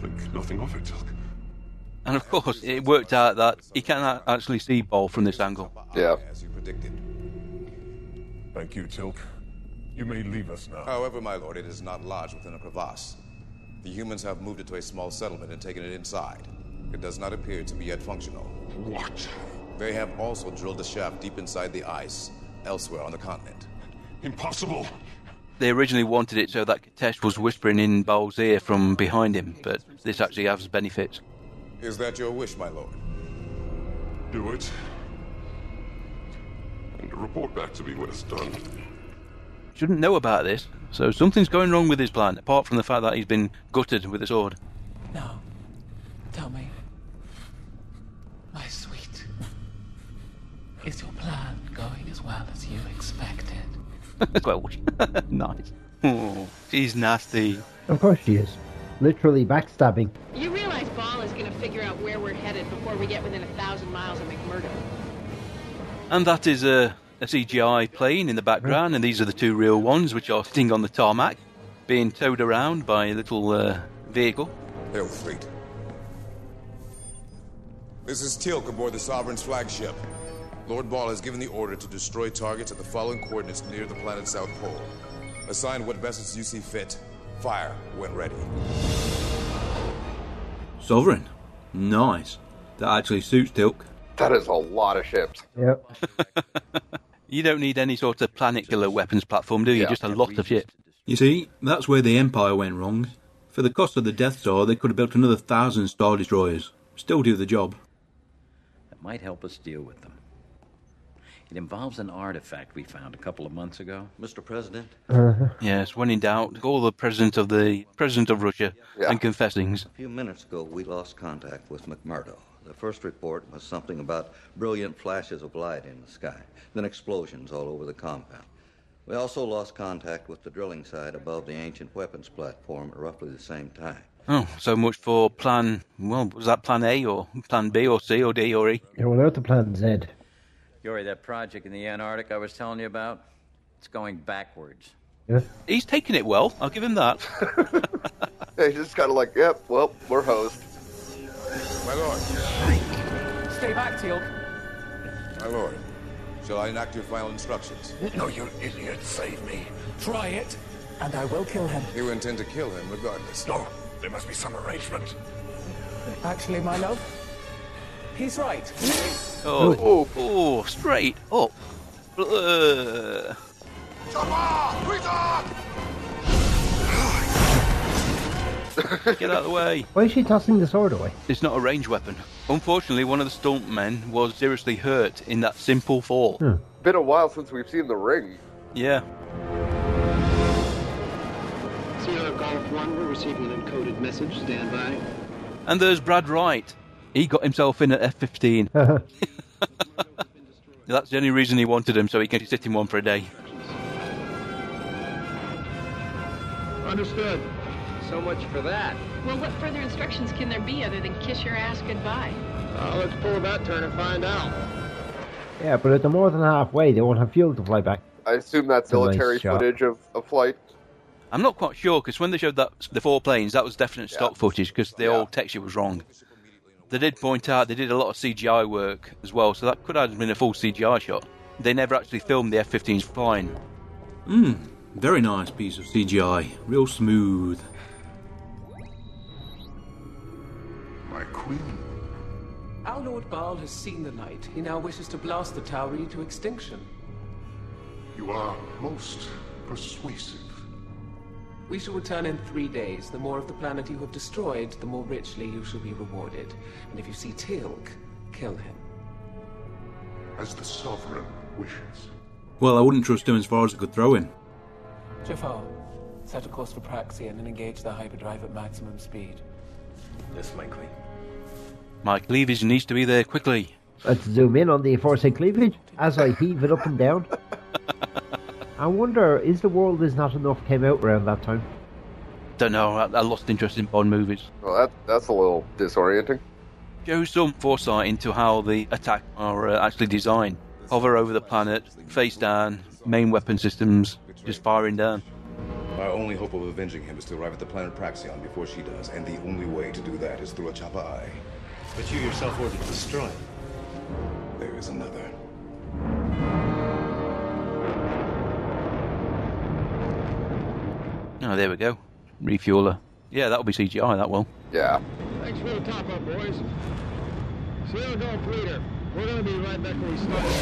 Speaker 1: Think nothing of it, Tilk.
Speaker 4: and of course, it worked out that he cannot actually see Ball from this angle.
Speaker 1: Yeah.
Speaker 18: As you predicted.
Speaker 1: Thank you, Tilk. You may leave us now.
Speaker 18: However, my lord, it is not lodged within a crevasse. The humans have moved it to a small settlement and taken it inside. It does not appear to be yet functional.
Speaker 1: What?
Speaker 18: They have also drilled a shaft deep inside the ice, elsewhere on the continent.
Speaker 1: Impossible!
Speaker 4: They originally wanted it so that Katesh was whispering in Ball's ear from behind him, but this actually has benefits.
Speaker 18: Is that your wish, my lord?
Speaker 1: Do it. And report back to me when it's done.
Speaker 4: Shouldn't know about this, so something's going wrong with his plan, apart from the fact that he's been gutted with the sword.
Speaker 11: Tell me. My sweet, is your plan going as well as you expected?
Speaker 4: Squelch. nice. Oh, she's nasty.
Speaker 2: Of course she is. Literally backstabbing.
Speaker 9: You realize Ball is going to figure out where we're headed before we get within a thousand miles of McMurdo.
Speaker 4: And that is a, a CGI plane in the background, and these are the two real ones which are sitting on the tarmac, being towed around by a little uh, vehicle.
Speaker 18: Hail Fleet. This is Teal'c aboard the Sovereign's flagship. Lord Ball has given the order to destroy targets at the following coordinates near the planet's south pole. Assign what vessels you see fit. Fire when ready.
Speaker 5: Sovereign. Nice. That actually suits Tilk.
Speaker 3: That is a lot of ships.
Speaker 2: Yep.
Speaker 4: You don't need any sort of planet killer weapons platform, do you? Just a lot of shit.
Speaker 5: You see, that's where the Empire went wrong. For the cost of the Death Star, they could have built another thousand Star Destroyers. Still do the job.
Speaker 15: that might help us deal with them. It involves an artifact we found a couple of months ago. Mr. President?
Speaker 4: Yes, when in doubt, call the president of the president of Russia and confess things.
Speaker 16: A few minutes ago, we lost contact with McMurdo. The first report was something about brilliant flashes of light in the sky, then explosions all over the compound. We also lost contact with the drilling site above the ancient weapons platform at roughly the same time.
Speaker 4: Oh, so much for plan. Well, was that plan A or plan B or C or D or E?
Speaker 2: Yeah, well, out the plan Z.
Speaker 15: Yuri, that project in the Antarctic I was telling you about, it's going backwards.
Speaker 4: He's taking it well. I'll give him that.
Speaker 3: They just kind of like, yep, well, we're hosed.
Speaker 18: My lord.
Speaker 11: Stay back, Teal'c.
Speaker 18: My lord. Shall I enact your final instructions?
Speaker 11: No, you
Speaker 18: idiot. Save me.
Speaker 11: Try it, and I will kill him.
Speaker 18: You intend to kill him regardless. No. There must be some arrangement.
Speaker 11: Actually, my love, he's right.
Speaker 4: Oh, oh, oh, straight up. Blah. Get out of the way.
Speaker 2: Why is she tossing the sword away?
Speaker 4: It's not a range weapon. Unfortunately, one of the stuntmen was seriously hurt in that simple fall.
Speaker 3: Been a while since we've seen the ring.
Speaker 4: Yeah.
Speaker 6: Sierra Golf 1, we're receiving an encoded message. Stand by.
Speaker 4: And there's Brad Wright. He got himself in at F15. That's the only reason he wanted him, so he can sit in one for a day.
Speaker 6: Understood. So much for that.
Speaker 9: Well, what further instructions can there be other than kiss your ass goodbye?
Speaker 14: Ah,
Speaker 6: Uh, let's pull that turn and find out.
Speaker 2: Yeah, but at the more than halfway, they won't have fuel to fly back.
Speaker 3: I assume that's
Speaker 2: Nice
Speaker 3: military
Speaker 2: shot.
Speaker 3: footage of a flight.
Speaker 4: I'm not quite sure because when they showed that the four planes, that was definite stock footage because the old texture was wrong. They did point out they did a lot of CGI work as well, so that could have been a full CGI shot. They never actually filmed the F-15s flying.
Speaker 5: Mmm. Very nice piece of CGI. Real smooth.
Speaker 18: My queen.
Speaker 11: Our Lord Baal has seen the light. He now wishes to blast the Tauri to extinction.
Speaker 1: You are most persuasive.
Speaker 11: We shall return in three days. The more of the planet you have destroyed, the more richly you shall be rewarded. And if you see Teal'c, kill him.
Speaker 1: As the sovereign wishes.
Speaker 5: Well, I wouldn't trust him as far as I could throw him.
Speaker 11: Jafar, set a course for Praxian and engage the hyperdrive at maximum speed.
Speaker 20: Yes, my queen.
Speaker 4: Mike Leavies needs to be there quickly.
Speaker 2: Let's zoom in on the aforesaid cleavage as I heave it up and down. I wonder, is the world is not enough came out around that time?
Speaker 4: Don't know. I, I lost interest in Bond movies.
Speaker 3: Well, that, that's a little disorienting.
Speaker 4: Shows some foresight into how the attack are uh, actually designed. Hover over the planet, face down, main weapon systems just firing down.
Speaker 18: Our only hope of avenging him is to arrive at the planet Praxion before she does, and the only way to do that is through a chopper eye. But you yourself ordered to destroy. There is another.
Speaker 4: Oh, there we go. Refueler. Yeah, that'll be CGI. That will.
Speaker 3: Yeah.
Speaker 6: Thanks for the top up, boys. Sierra Golf Leader, we're going to be right back where we started.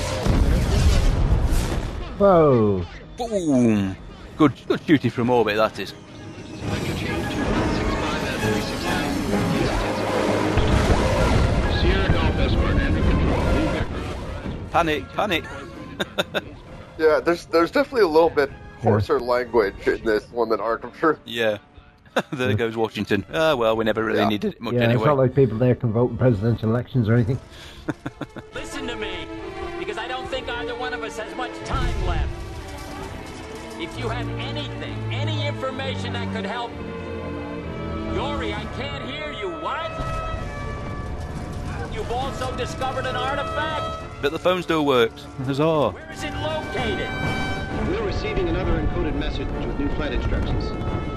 Speaker 2: Whoa.
Speaker 4: Boom. Good, good shooting from orbit. That is.
Speaker 6: Sierra Golf Escort under control.
Speaker 4: Panic! Panic!
Speaker 3: Yeah, there's there's definitely a little bit coarser language in this one than Arkham Sure.
Speaker 4: Yeah. there goes Washington. Ah, well, we never really needed it much
Speaker 2: yeah, it's
Speaker 4: anyway.
Speaker 2: not like people there can vote in presidential elections or anything.
Speaker 24: Listen to me, because I don't think either one of us has much time left. If you have anything, any information that could help. Yori, I can't hear you. What? You've also discovered an artifact.
Speaker 4: But the phone still works. Huzzah.
Speaker 24: Where is it located?
Speaker 26: We're receiving another encoded message with new flight instructions.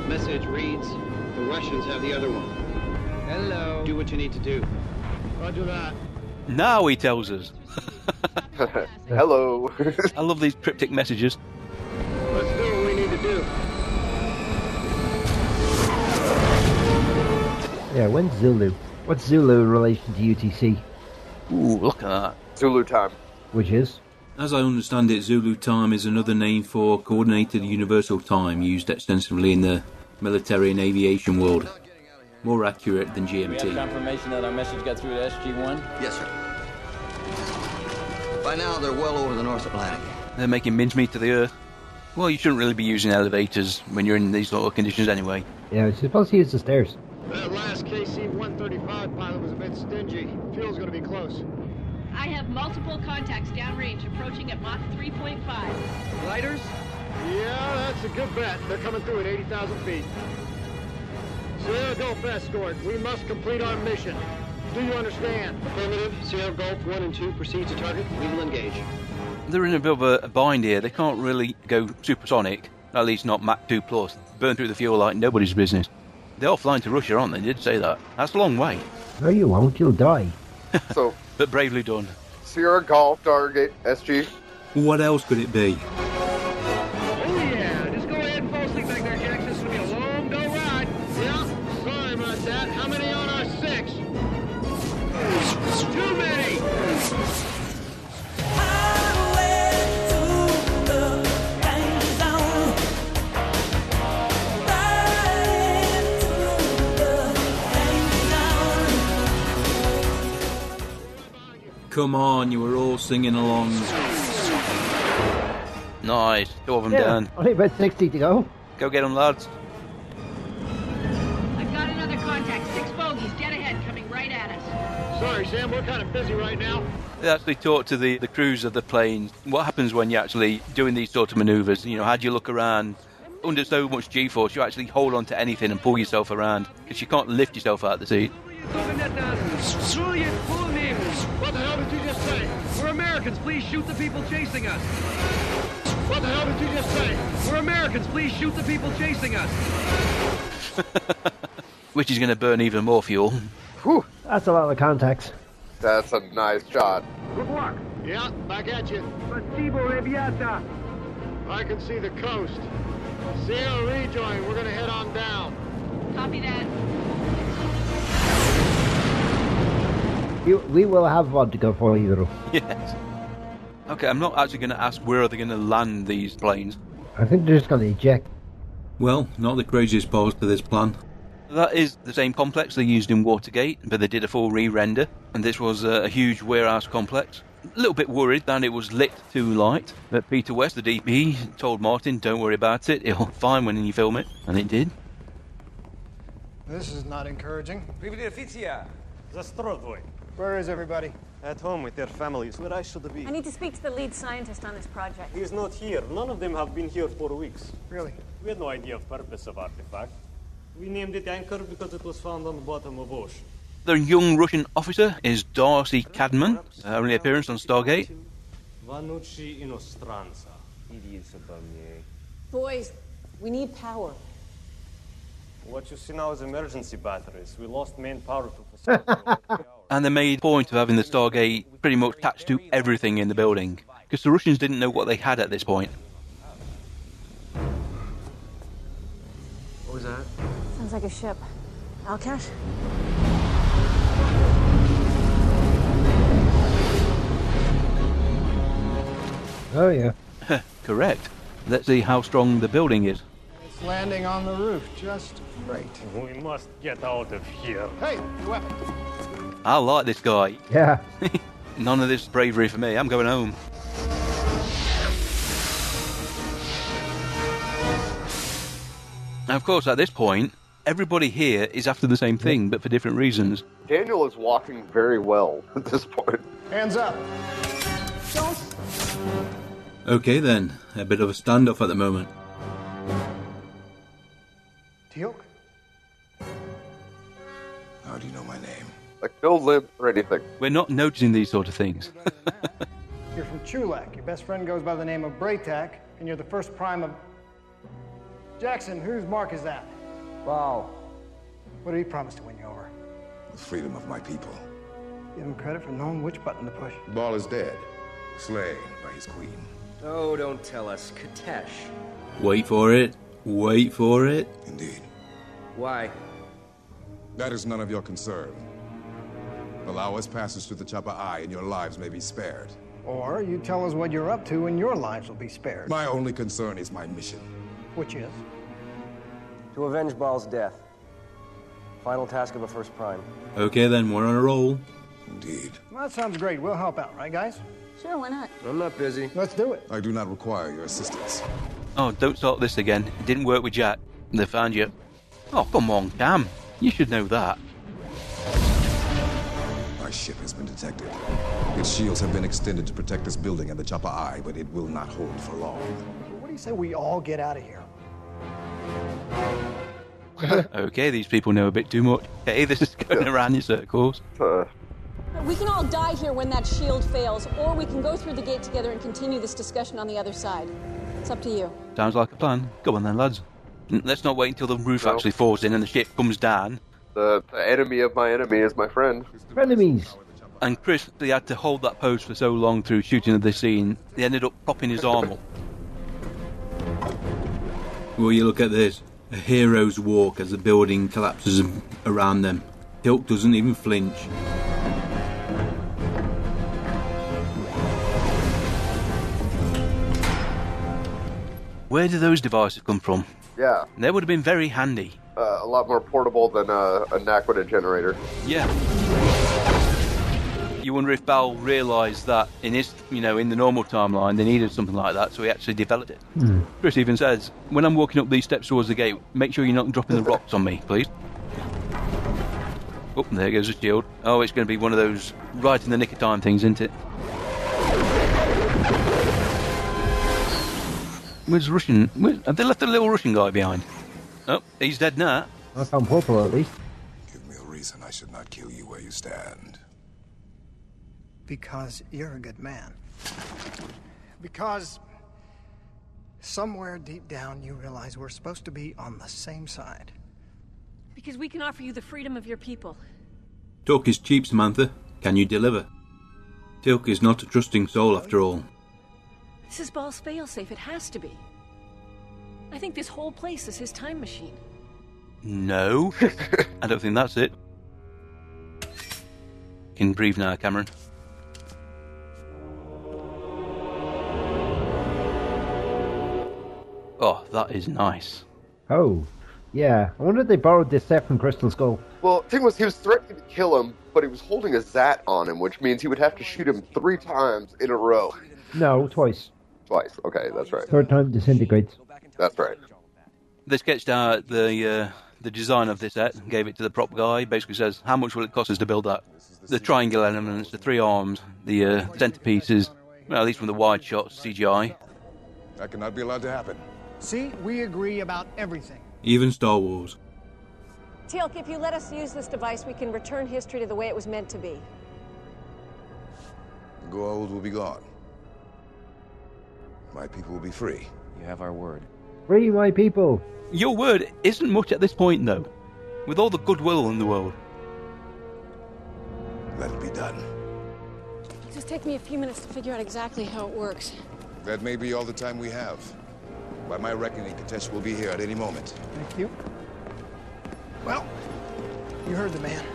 Speaker 26: Message reads, the Russians have the other one. Hello. Do what you need to do. Roger that.
Speaker 4: Now he tells us.
Speaker 3: Hello.
Speaker 4: I love these cryptic messages.
Speaker 16: Let's do what we need to do.
Speaker 2: Yeah, when's Zulu? What's Zulu in relation to UTC?
Speaker 4: Ooh, look at that.
Speaker 3: Zulu time.
Speaker 2: Which is?
Speaker 27: As I understand it, Zulu time is another name for coordinated universal time used extensively in the military and aviation world. More accurate than
Speaker 15: Do we have
Speaker 27: GMT.
Speaker 15: confirmation that our message got through to SG-1?
Speaker 18: Yes, sir. By now, they're well over the North Atlantic.
Speaker 4: They're making mincemeat to the earth. Well, you shouldn't really be using elevators when you're in these sort of conditions anyway.
Speaker 2: Yeah, it's supposed to use the stairs.
Speaker 16: That last KC-135 pilot was a bit stingy. Fuel's gonna be close.
Speaker 28: I have multiple contacts downrange approaching at Mach 3.5.
Speaker 16: Lighters? Yeah, that's a good bet. They're coming through at 80,000 feet. Sierra Gulf escort, we must complete our mission. Do you understand?
Speaker 26: Affirmative. Sierra Gulf 1 and 2 proceed to target. We will engage.
Speaker 4: They're in a bit of a bind here. They can't really go supersonic, at least not Mach 2 plus. Burn through the fuel like nobody's business. They're offline to Russia, aren't they? They did say that. That's a long way,
Speaker 2: No, you won't. You'll die.
Speaker 3: So,
Speaker 4: but bravely done.
Speaker 3: Sierra Golf, Target, SG.
Speaker 27: What else could it be?
Speaker 16: Yeah, just go ahead and fall asleep back there, Jax. This is gonna be a long, dull ride. Yeah, sorry about that. How many on our six? Too many!
Speaker 27: Come on, you were all singing along.
Speaker 4: Nice. Two of them
Speaker 2: yeah,
Speaker 4: down.
Speaker 2: Only about 60 to go.
Speaker 4: Go get them, lads.
Speaker 28: I've got another contact. Six bogeys, dead ahead, coming right at us.
Speaker 16: Sorry, Sam, we're kind of busy right now.
Speaker 4: They actually talk to the, the crews of the plane. What happens when you're actually doing these sort of maneuvers? You know, how do you look around? Under so much G force, you actually hold on to anything and pull yourself around because you can't lift yourself out of the seat.
Speaker 16: What the hell did you just say? We're Americans, please shoot the people chasing us. What the hell did you just say? We're Americans, please shoot the people chasing us.
Speaker 4: Which is going to burn even more fuel.
Speaker 3: Whew,
Speaker 2: That's a lot of contacts.
Speaker 3: that's a nice shot.
Speaker 16: Good work. Yeah, back at you. Battibo Rebiata. I can see the coast. Sierra rejoin. We're gonna head on down.
Speaker 28: Copy that.
Speaker 2: You, we will have vodka for you.
Speaker 4: Yes. Okay, I'm not actually going to ask where are they going to land these planes.
Speaker 2: I think they're just going to eject.
Speaker 27: Well, not the craziest part to this plan.
Speaker 4: That is the same complex they used in Watergate, but they did a full re-render, and this was uh, a, a huge warehouse complex. A little bit worried that it was lit too light, but Peter West, the DP, told Martin, "Don't worry about it. It'll be fine when you film it," and it did.
Speaker 13: This is not encouraging.
Speaker 29: Zastrodvoy.
Speaker 13: Where is everybody?
Speaker 29: At home with their families, where I should be.
Speaker 9: I need to speak to the lead scientist on this project.
Speaker 29: He's not here. None of them have been here for weeks.
Speaker 13: Really?
Speaker 29: We had no idea of purpose of artifact. We named it Anchor because it was found on the bottom of ocean.
Speaker 4: The young Russian officer is Darcy Cadman, her only appearance on Stargate.
Speaker 29: Vanucci inostranza.
Speaker 9: Boys, we need power.
Speaker 29: What you see now is emergency batteries. We lost main power to
Speaker 4: And they made a point of having the Stargate pretty much attached to everything in the building, because the Russians didn't know what they had at this point.
Speaker 29: What was that?
Speaker 9: Sounds like a ship. Alcash?
Speaker 2: Oh, yeah.
Speaker 4: Correct. Let's see how strong the building is.
Speaker 13: It's landing on the roof. Just great.
Speaker 29: We must get out of here.
Speaker 13: Hey, weapon.
Speaker 4: I like this guy.
Speaker 2: Yeah.
Speaker 4: None of this bravery for me. I'm going home. Now, of course, at this point, Everybody here is after the same thing, but for different reasons.
Speaker 3: Daniel is walking very well at this point.
Speaker 13: Hands up.
Speaker 5: Okay then, a bit of a standoff at the moment.
Speaker 13: Teal?
Speaker 3: How do you know my name? Like no limp or anything.
Speaker 4: We're not noticing these sort of things.
Speaker 13: You're from Chulak. Your best friend goes by the name of Braytak, and you're the first prime of. Jackson, whose mark is that? Wow. What did he promise to win you over?
Speaker 18: The freedom of my people.
Speaker 13: Give him credit for knowing which button to push.
Speaker 18: Ball is dead, slain by his queen.
Speaker 14: Oh, don't tell us. Katesh.
Speaker 5: Wait for it. Wait for it.
Speaker 18: Indeed.
Speaker 14: Why?
Speaker 18: That is none of your concern. Allow us passage through the Chapa Eye, and your lives may be spared.
Speaker 13: Or you tell us what you're up to, and your lives will be spared.
Speaker 18: My only concern is my mission.
Speaker 13: Which is?
Speaker 14: To avenge Baal's death. Final task of a first prime.
Speaker 5: Okay then, we're on a roll.
Speaker 18: Indeed.
Speaker 13: Well, that sounds great. We'll help out, right, guys?
Speaker 30: Sure, why not?
Speaker 18: I'm not busy.
Speaker 13: Let's do it.
Speaker 18: I do not require your assistance.
Speaker 4: Oh, don't start this again. It didn't work with Jack. They found you. Oh, come on, Cam. You should know that.
Speaker 18: My ship has been detected. Its shields have been extended to protect this building and the Chapa Eye, but it will not hold for long.
Speaker 13: What do you say we all get out of here?
Speaker 4: okay, these people know a bit too much. Hey, this is going around in circles.
Speaker 30: We can all die here when that shield fails, or we can go through the gate together and continue this discussion on the other side. It's up to you.
Speaker 4: Sounds like a plan. Go on then, lads. N- Let's not wait until the roof actually falls in and the ship comes down.
Speaker 3: The, the enemy of my enemy is my friend.
Speaker 4: Enemies. And Chris, they had to hold that pose for so long through shooting of this scene, they ended up popping his arm up.
Speaker 5: Will you look at this? A hero's walk as the building collapses a- around them. Tilk doesn't even flinch.
Speaker 4: Where do those devices come from?
Speaker 3: Yeah,
Speaker 4: They would have been very handy.
Speaker 3: uh, a lot more portable than uh, a Naquita generator.
Speaker 4: Yeah. You wonder if Bal realised that in his, you know, in the normal timeline, they needed something like that, so he actually developed it.
Speaker 2: Hmm.
Speaker 4: Chris even says, "When I'm walking up these steps towards the gate, make sure you're not dropping the rocks on me, please." Oh, there goes the shield. Oh, it's going to be one of those right in the nick of time things, isn't it? Where's Russian? Where, have they left the little Russian guy behind? Oh, he's dead now.
Speaker 2: That's on purple, at least.
Speaker 18: The reason I should not kill you where you stand.
Speaker 13: Because you're a good man. Because somewhere deep down you realize we're supposed to be on the same side.
Speaker 30: Because we can offer you the freedom of your people.
Speaker 5: Talk is cheap, Samantha. Can you deliver? Tilk is not a trusting soul after all.
Speaker 30: This is Ball's failsafe. It has to be. I think this whole place is his time machine.
Speaker 4: No, I don't think that's it. Can breathe now, Cameron. Oh, that is nice.
Speaker 2: Oh, yeah. I wonder if they borrowed this set from Crystal Skull.
Speaker 3: Well, the thing was, he was threatening to kill him, but he was holding a Zat on him, which means he would have to shoot him three times in a row.
Speaker 2: No, twice.
Speaker 3: Twice. Okay, that's right.
Speaker 2: Third time disintegrates.
Speaker 3: That's right.
Speaker 4: They sketched out the uh, the design of this set, gave it to the prop guy. Basically says, how much will it cost us to build that? The triangle elements, the three arms, the uh, centerpieces. Well, at least from the wide shots, CGI.
Speaker 18: That cannot be allowed to happen.
Speaker 13: See, we agree about everything.
Speaker 5: Even Star Wars.
Speaker 30: Teal'c, if you let us use this device, we can return history to the way it was meant to be.
Speaker 18: The gold will be gone. My people will be free. You have our word.
Speaker 2: Free my people.
Speaker 4: Your word isn't much at this point, though. With all the goodwill in the world,
Speaker 18: Let it be done.
Speaker 30: It'll just take me a few minutes to figure out exactly how it works.
Speaker 18: That may be all the time we have. By my reckoning, Katesh will be here at any moment.
Speaker 13: Thank you. Well, you heard the man.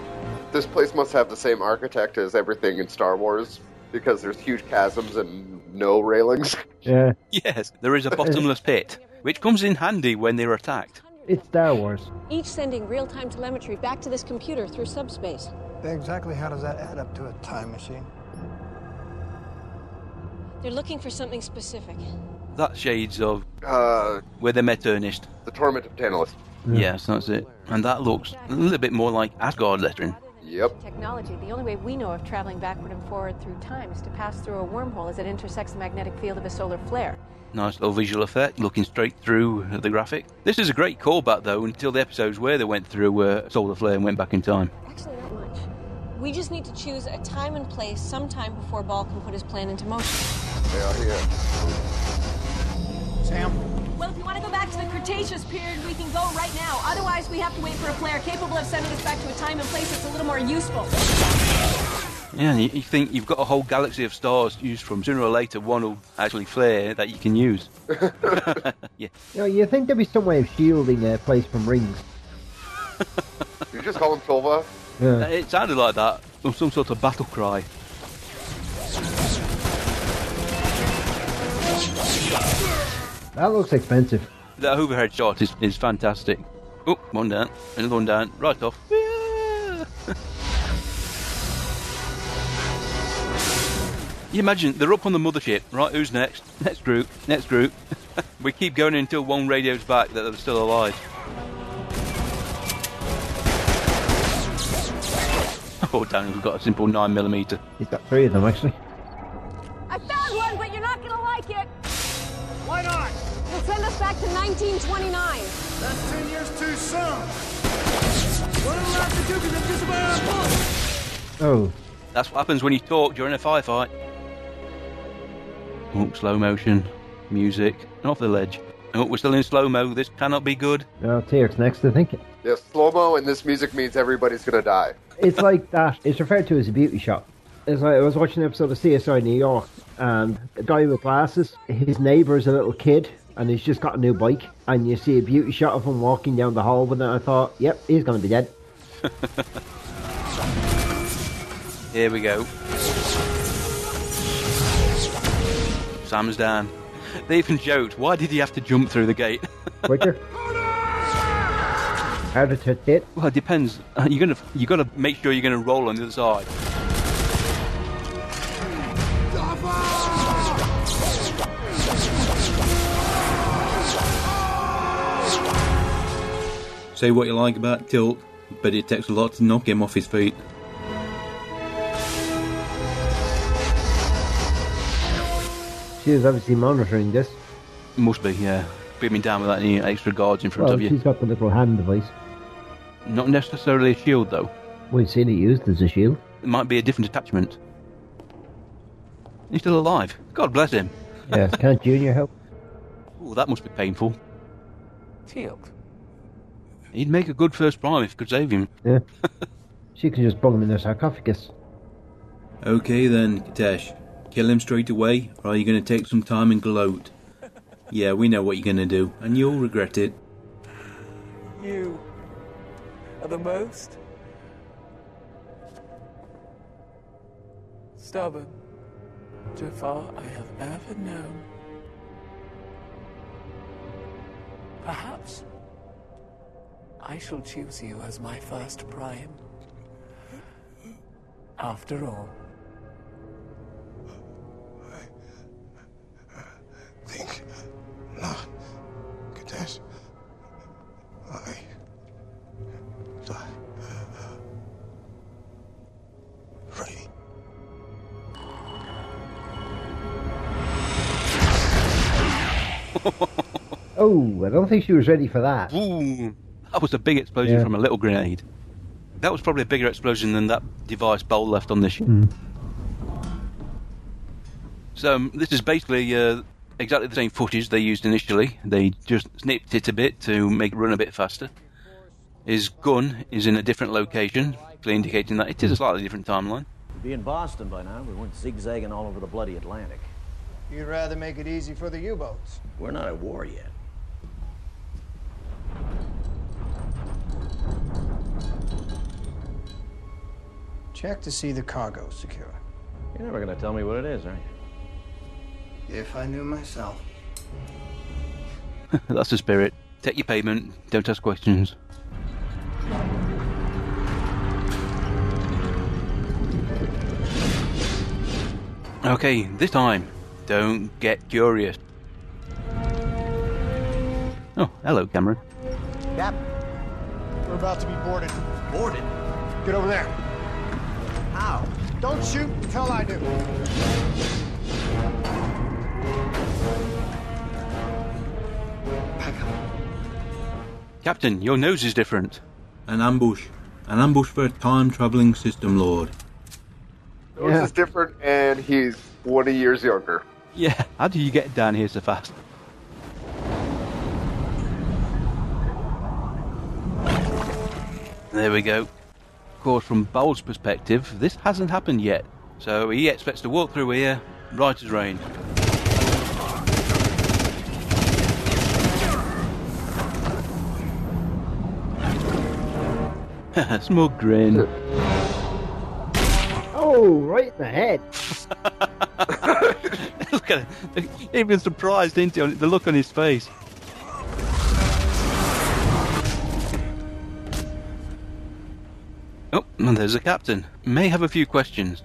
Speaker 3: This place must have the same architect as everything in Star Wars because there's huge chasms and no railings.
Speaker 2: Yeah.
Speaker 4: Yes, there is a bottomless pit, which comes in handy when they're attacked.
Speaker 2: It's Star Wars.
Speaker 30: Each sending real time telemetry back to this computer through subspace.
Speaker 13: Exactly how does that add up to a time machine?
Speaker 30: They're looking for something specific.
Speaker 4: That shades of
Speaker 3: uh,
Speaker 4: where they met Ernest.
Speaker 3: The Torment of Tantalus.
Speaker 4: Yeah, so that's it. And that looks a little bit more like Asgard lettering.
Speaker 3: Yep.
Speaker 9: Technology, the only way we know of traveling backward and forward through time is to pass through a wormhole as it intersects the magnetic field of a solar flare.
Speaker 4: Nice little visual effect, looking straight through the graphic. This is a great callback, though, until the episodes where they went through uh, solar flare and went back in time.
Speaker 30: Actually, not much. We just need to choose a time and place sometime before Ball can put his plan into motion.
Speaker 3: Yeah, yeah.
Speaker 30: Sam? Well, if you want to go back to the Cretaceous period, we can go right now. Otherwise, we have to wait for a flare capable of sending us back to a time and place that's a little more useful.
Speaker 4: Yeah, and you, you think you've got a whole galaxy of stars used from sooner or later one will actually flare that you can use. yeah.
Speaker 2: You know, you think there'd be some way of shielding a place from rings.
Speaker 3: You just call him Silva?
Speaker 4: Uh, It sounded like that, or some sort of battle cry.
Speaker 2: That looks expensive.
Speaker 4: That overhead shot is, is fantastic. Oh, one down, another one down, right off. You imagine they're up on the mothership, right? Who's next? Next group, next group. we keep going until one radio's back that they're still alive. Oh, damn, we've got a simple 9mm.
Speaker 2: He's got three of them, actually.
Speaker 30: I found one, but you're not going to like it.
Speaker 6: Why not?
Speaker 30: It'll send us back to 1929.
Speaker 6: That's ten years too soon. What am I allowed to do because I'm just about out of bullets?
Speaker 2: Oh.
Speaker 4: That's what happens when you talk during a firefight. Oh, slow motion, music, and off the ledge. Oh, we're still in slow mo, this cannot be good.
Speaker 2: Oh, TX next, I think.
Speaker 3: Yeah, slow mo and this music means everybody's gonna die.
Speaker 2: It's like that. It's referred to as a beauty shot. It's like I was watching an episode of CSI New York, and a guy with glasses, his neighbour's a little kid, and he's just got a new bike, and you see a beauty shot of him walking down the hall with it, and I thought, yep, he's going to be dead.
Speaker 4: Here we go. Sam's down. They even joked, why did he have to jump through the gate?
Speaker 2: Quicker. How did it hit?
Speaker 4: Well, it depends. Uh, You're gonna, you got to make sure you're gonna roll on the other side.
Speaker 5: Say what you like about Tilt, but it takes a lot to knock him off his feet.
Speaker 2: She was obviously monitoring this.
Speaker 4: Must be, yeah. Beat me down without any extra guards in front
Speaker 2: Well,
Speaker 4: of you.
Speaker 2: she's got the little hand device.
Speaker 4: Not necessarily a shield, though.
Speaker 2: We've seen it used as a shield.
Speaker 4: It might be a different attachment. He's still alive. God bless him.
Speaker 2: Yes, can't Junior help?
Speaker 4: Oh, that must be painful.
Speaker 11: Teal'c.
Speaker 4: He'd make a good first prime if you could save him.
Speaker 2: Yeah. she can just bung him in the sarcophagus.
Speaker 5: Okay then, Katesh. Kill him straight away, or are you going to take some time and gloat? Yeah, we know what you're going to do, and you'll regret it.
Speaker 11: You are the most stubborn Jafar I have ever known. Perhaps I shall choose you as my first prime. After all,
Speaker 12: Think not, Kadesh. I die. Free.
Speaker 2: Oh, I don't think she was ready for that.
Speaker 4: Boom! That was a big explosion
Speaker 2: Yeah.
Speaker 4: from a little grenade. That was probably a bigger explosion than that device bowl left on this ship. So um, this is basically uh, exactly the same footage they used initially. They just snipped it a bit to make it run a bit faster. His gun is in a different location, clearly indicating that it is a slightly different timeline.
Speaker 7: Be in Boston by now. We weren't zigzagging all over the bloody Atlantic.
Speaker 13: You'd rather make it easy for the U-boats.
Speaker 7: We're not at war yet.
Speaker 13: Check to see the cargo secure.
Speaker 7: You're never going to tell me what it is, are you?
Speaker 13: If I knew myself.
Speaker 4: That's the spirit. Take your payment. Don't ask questions. Okay, this time, don't get curious. Oh, hello, Cameron.
Speaker 1: Captain.
Speaker 13: We're about to be boarded.
Speaker 1: Boarded?
Speaker 13: Get over there.
Speaker 1: How?
Speaker 13: Don't shoot until I do.
Speaker 4: Captain, your nose is different.
Speaker 5: An ambush. An ambush for a time travelling system lord.
Speaker 3: Yours is different, and he's 20 years younger.
Speaker 4: Yeah, how do you get down here so fast? There we go. Of course, from Bowles' perspective, this hasn't happened yet, so he expects to walk through here right as rain. Smug grin.
Speaker 2: Oh, right in the head.
Speaker 4: Look at him. He was surprised, didn't he? on The look on his face. Oh, and there's the captain. May have a few questions.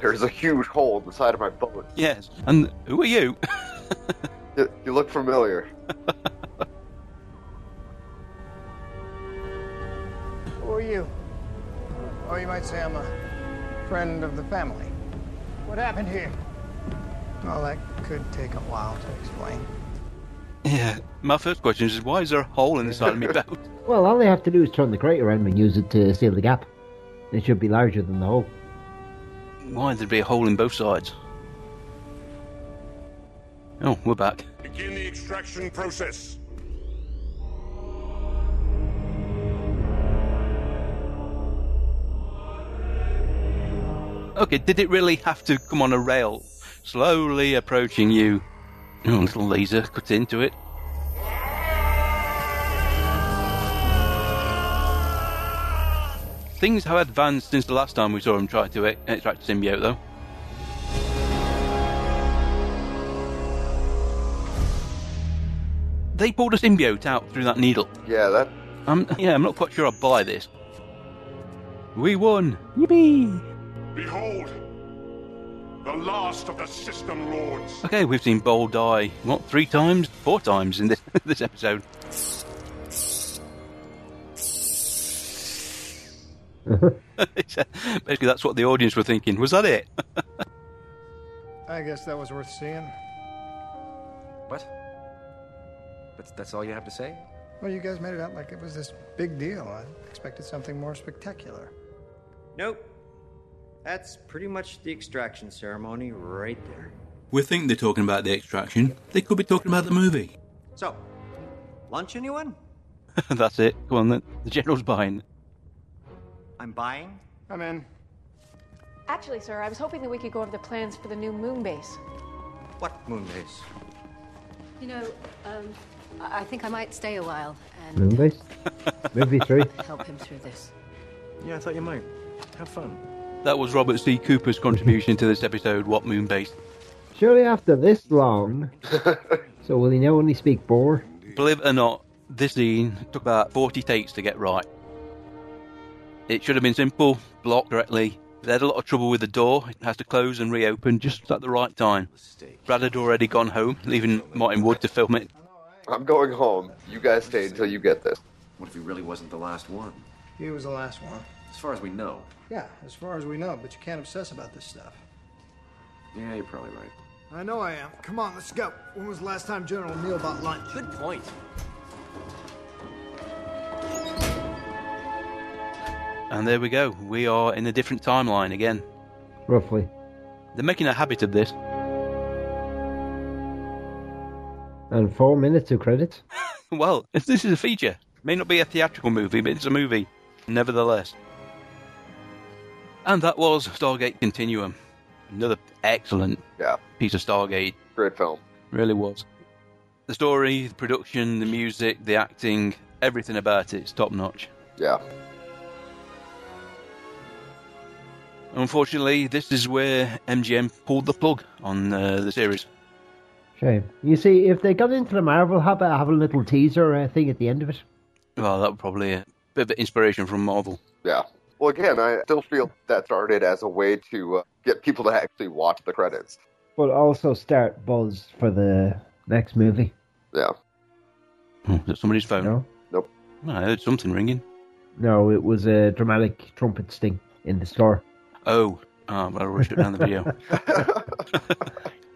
Speaker 3: There's a huge hole in the side of my boat.
Speaker 4: Yes. And who are you?
Speaker 3: You, you look familiar.
Speaker 13: Who are you? Oh, you might say I'm a friend of the family. What happened here? Well, that could take a while to explain.
Speaker 4: Yeah. My first question is why is there a hole in the side of my boat?
Speaker 2: Well, all they have to do is turn the crate around and use it to seal the gap. It should be larger than the hole.
Speaker 4: Why there'd be a hole in both sides? Oh, we're back.
Speaker 18: Begin the extraction process.
Speaker 4: Okay, did it really have to come on a rail? Slowly approaching you. Oh, little laser cuts into it. Things have advanced since the last time we saw him try to e- extract the symbiote, though. They pulled a symbiote out through that needle.
Speaker 3: Yeah, that.
Speaker 4: I'm, yeah, I'm not quite sure I buy this. We won! Yippee!
Speaker 17: Behold, the last of the system lords.
Speaker 4: Okay, we've seen Bowl die, what, three times? Four times in this, this episode. Basically, that's what the audience were thinking. Was that it?
Speaker 13: I guess that was worth seeing.
Speaker 21: What? That's, that's all you have to say?
Speaker 13: Well, you guys made it out like it was this big deal. I expected something more spectacular.
Speaker 21: Nope. That's pretty much the extraction ceremony right there.
Speaker 5: We think they're talking about the extraction. They could be talking about the movie.
Speaker 21: So, lunch anyone?
Speaker 4: that's it. Come on, then. The general's buying.
Speaker 21: I'm buying.
Speaker 13: I'm in.
Speaker 9: Actually, sir, I was hoping that we could go over the plans for the new moon base.
Speaker 21: What moon base?
Speaker 23: You know, um, I I think I might stay a while and
Speaker 2: Moonbase? Movie 3.
Speaker 23: help him through this.
Speaker 21: Yeah, I thought you might. Have fun.
Speaker 4: That was Robert C. Cooper's contribution to this episode, What Moon Base.
Speaker 2: Surely after this long. so will he now only speak Boer?
Speaker 4: Believe it or not, this scene took about 40 takes to get right. It should have been simple, blocked correctly. They had a lot of trouble with the door. It has to close and reopen just at the right time. Brad had already gone home, leaving Martin Wood to film it.
Speaker 3: I'm going home. You guys stay until you get this.
Speaker 21: What if he really wasn't the last one?
Speaker 13: He was the last one.
Speaker 21: As far as we know.
Speaker 13: Yeah, as far as we know, but you can't obsess about this stuff.
Speaker 21: Yeah, you're probably right.
Speaker 13: I know I am. Come on, let's go. When was the last time General Neal bought lunch?
Speaker 21: Good point.
Speaker 4: And there we go. We are in a different timeline again.
Speaker 2: Roughly.
Speaker 4: They're making a habit of this.
Speaker 2: And four minutes of credits?
Speaker 4: Well, if this is a feature. May not be a theatrical movie, but it's a movie, nevertheless. And that was Stargate Continuum. Another excellent
Speaker 3: yeah.
Speaker 4: piece of Stargate.
Speaker 3: Great film.
Speaker 4: Really was. The story, the production, the music, the acting, everything about it is top notch.
Speaker 3: Yeah.
Speaker 4: Unfortunately, this is where MGM pulled the plug on uh, the series.
Speaker 2: Shame. You see, if they got into the Marvel habit, have a little teaser uh, thing at the end of it.
Speaker 4: Well, that was probably a bit of inspiration from Marvel.
Speaker 3: Yeah. Well, again, I still feel that started as a way to uh, get people to actually watch the credits.
Speaker 2: But also start buzz for the next movie.
Speaker 3: Yeah.
Speaker 4: Is that somebody's phone?
Speaker 2: No.
Speaker 3: Nope.
Speaker 4: I heard something ringing.
Speaker 2: No, it was a dramatic trumpet sting in the store.
Speaker 4: Oh, oh I rushed it down the video.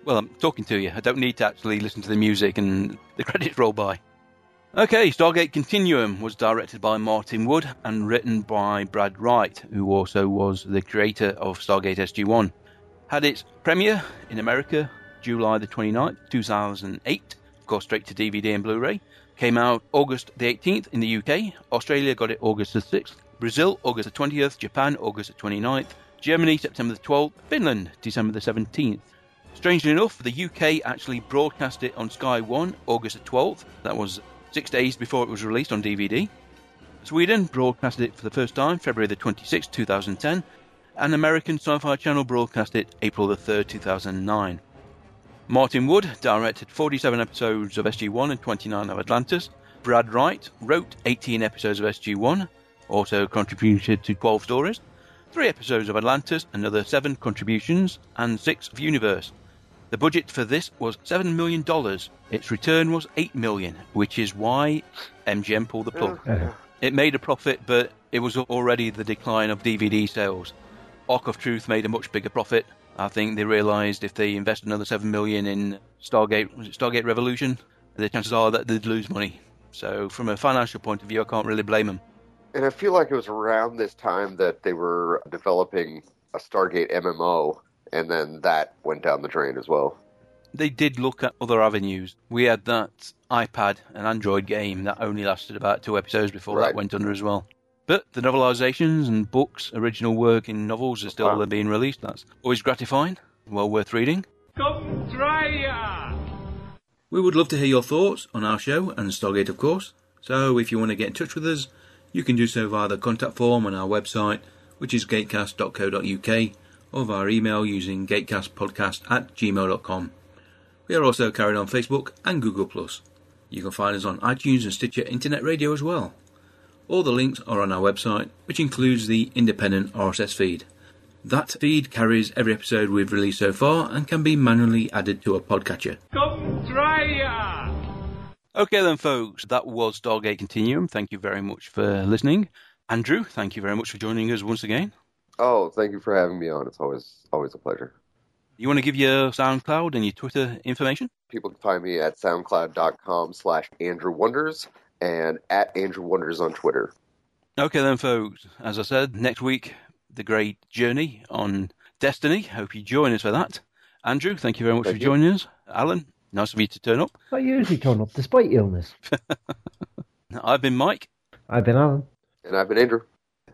Speaker 4: well, I'm talking to you. I don't need to actually listen to the music and the credits roll by. Okay, Stargate Continuum was directed by Martin Wood and written by Brad Wright, who also was the creator of Stargate SG-1. Had its premiere in America July the 29th, 2008, of course straight to DVD and Blu-ray. Came out August the 18th in the UK. Australia got it August the 6th. Brazil August the 20th, Japan August the 29th, Germany September the 12th, Finland December the 17th. Strangely enough, the UK actually broadcast it on Sky One August the 12th. That was six days before it was released on DVD. Sweden broadcast it for the first time February the 26th, 2010, and American Sci-Fi Channel broadcast it April the 3rd, 2009. Martin Wood directed 47 episodes of SG-1 and 29 of Atlantis. Brad Wright wrote 18 episodes of SG-1, also contributed to 12 stories, 3 episodes of Atlantis, another 7 contributions, and 6 of Universe. The budget for this was $7 million. Its return was $8 million, which is why MGM pulled the plug. It made a profit, but it was already the decline of DVD sales. Ark of Truth made a much bigger profit, I think they realised if they invest another seven million in Stargate, was it Stargate Revolution, the chances are that they'd lose money. So, from a financial point of view, I can't really blame them.
Speaker 3: And I feel like it was around this time that they were developing a Stargate MMO, and then that went down the drain as well.
Speaker 4: They did look at other avenues. We had that iPad and Android game that only lasted about two episodes before that went under as well. But the novelizations and books, original work in novels, are still being released. That's always gratifying, well worth reading.
Speaker 24: Come try ya!
Speaker 5: We would love to hear your thoughts on our show and Stargate, of course. So if you want to get in touch with us, you can do so via the contact form on our website, which is gatecast.co.uk, or via email using gatecastpodcast at gmail.com. We are also carried on Facebook and Google. You can find us on iTunes and Stitcher Internet Radio as well. All the links are on our website, which includes the independent RSS feed. That feed carries every episode we've released so far and can be manually added to a podcatcher.
Speaker 24: Come try ya!
Speaker 4: Okay, then, folks, that was Stargate Continuum. Thank you very much for listening. Andrew, thank you very much for joining us once again.
Speaker 3: Oh, thank you for having me on. It's always always a pleasure.
Speaker 4: You want to give your SoundCloud and your Twitter information?
Speaker 3: People can find me at soundcloud.com slash Andrew Wonders and at Andrew Wonders on Twitter.
Speaker 4: Okay, then, folks. As I said, next week, the great journey on Destiny. Hope you join us for that. Andrew, thank you very much
Speaker 2: Thank
Speaker 4: for
Speaker 2: you.
Speaker 4: joining us. Alan, nice of you to turn up.
Speaker 2: I usually turn up despite illness.
Speaker 4: I've been Mike.
Speaker 2: I've been Alan.
Speaker 3: And I've been Andrew.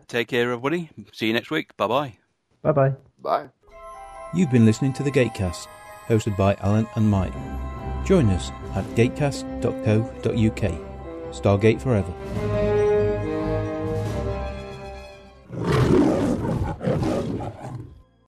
Speaker 4: Take care, everybody. See you next week. Bye bye.
Speaker 2: Bye bye.
Speaker 3: Bye.
Speaker 5: You've been listening to The Gatecast, hosted by Alan and Mike. Join us at gatecast.co.uk. Stargate Forever.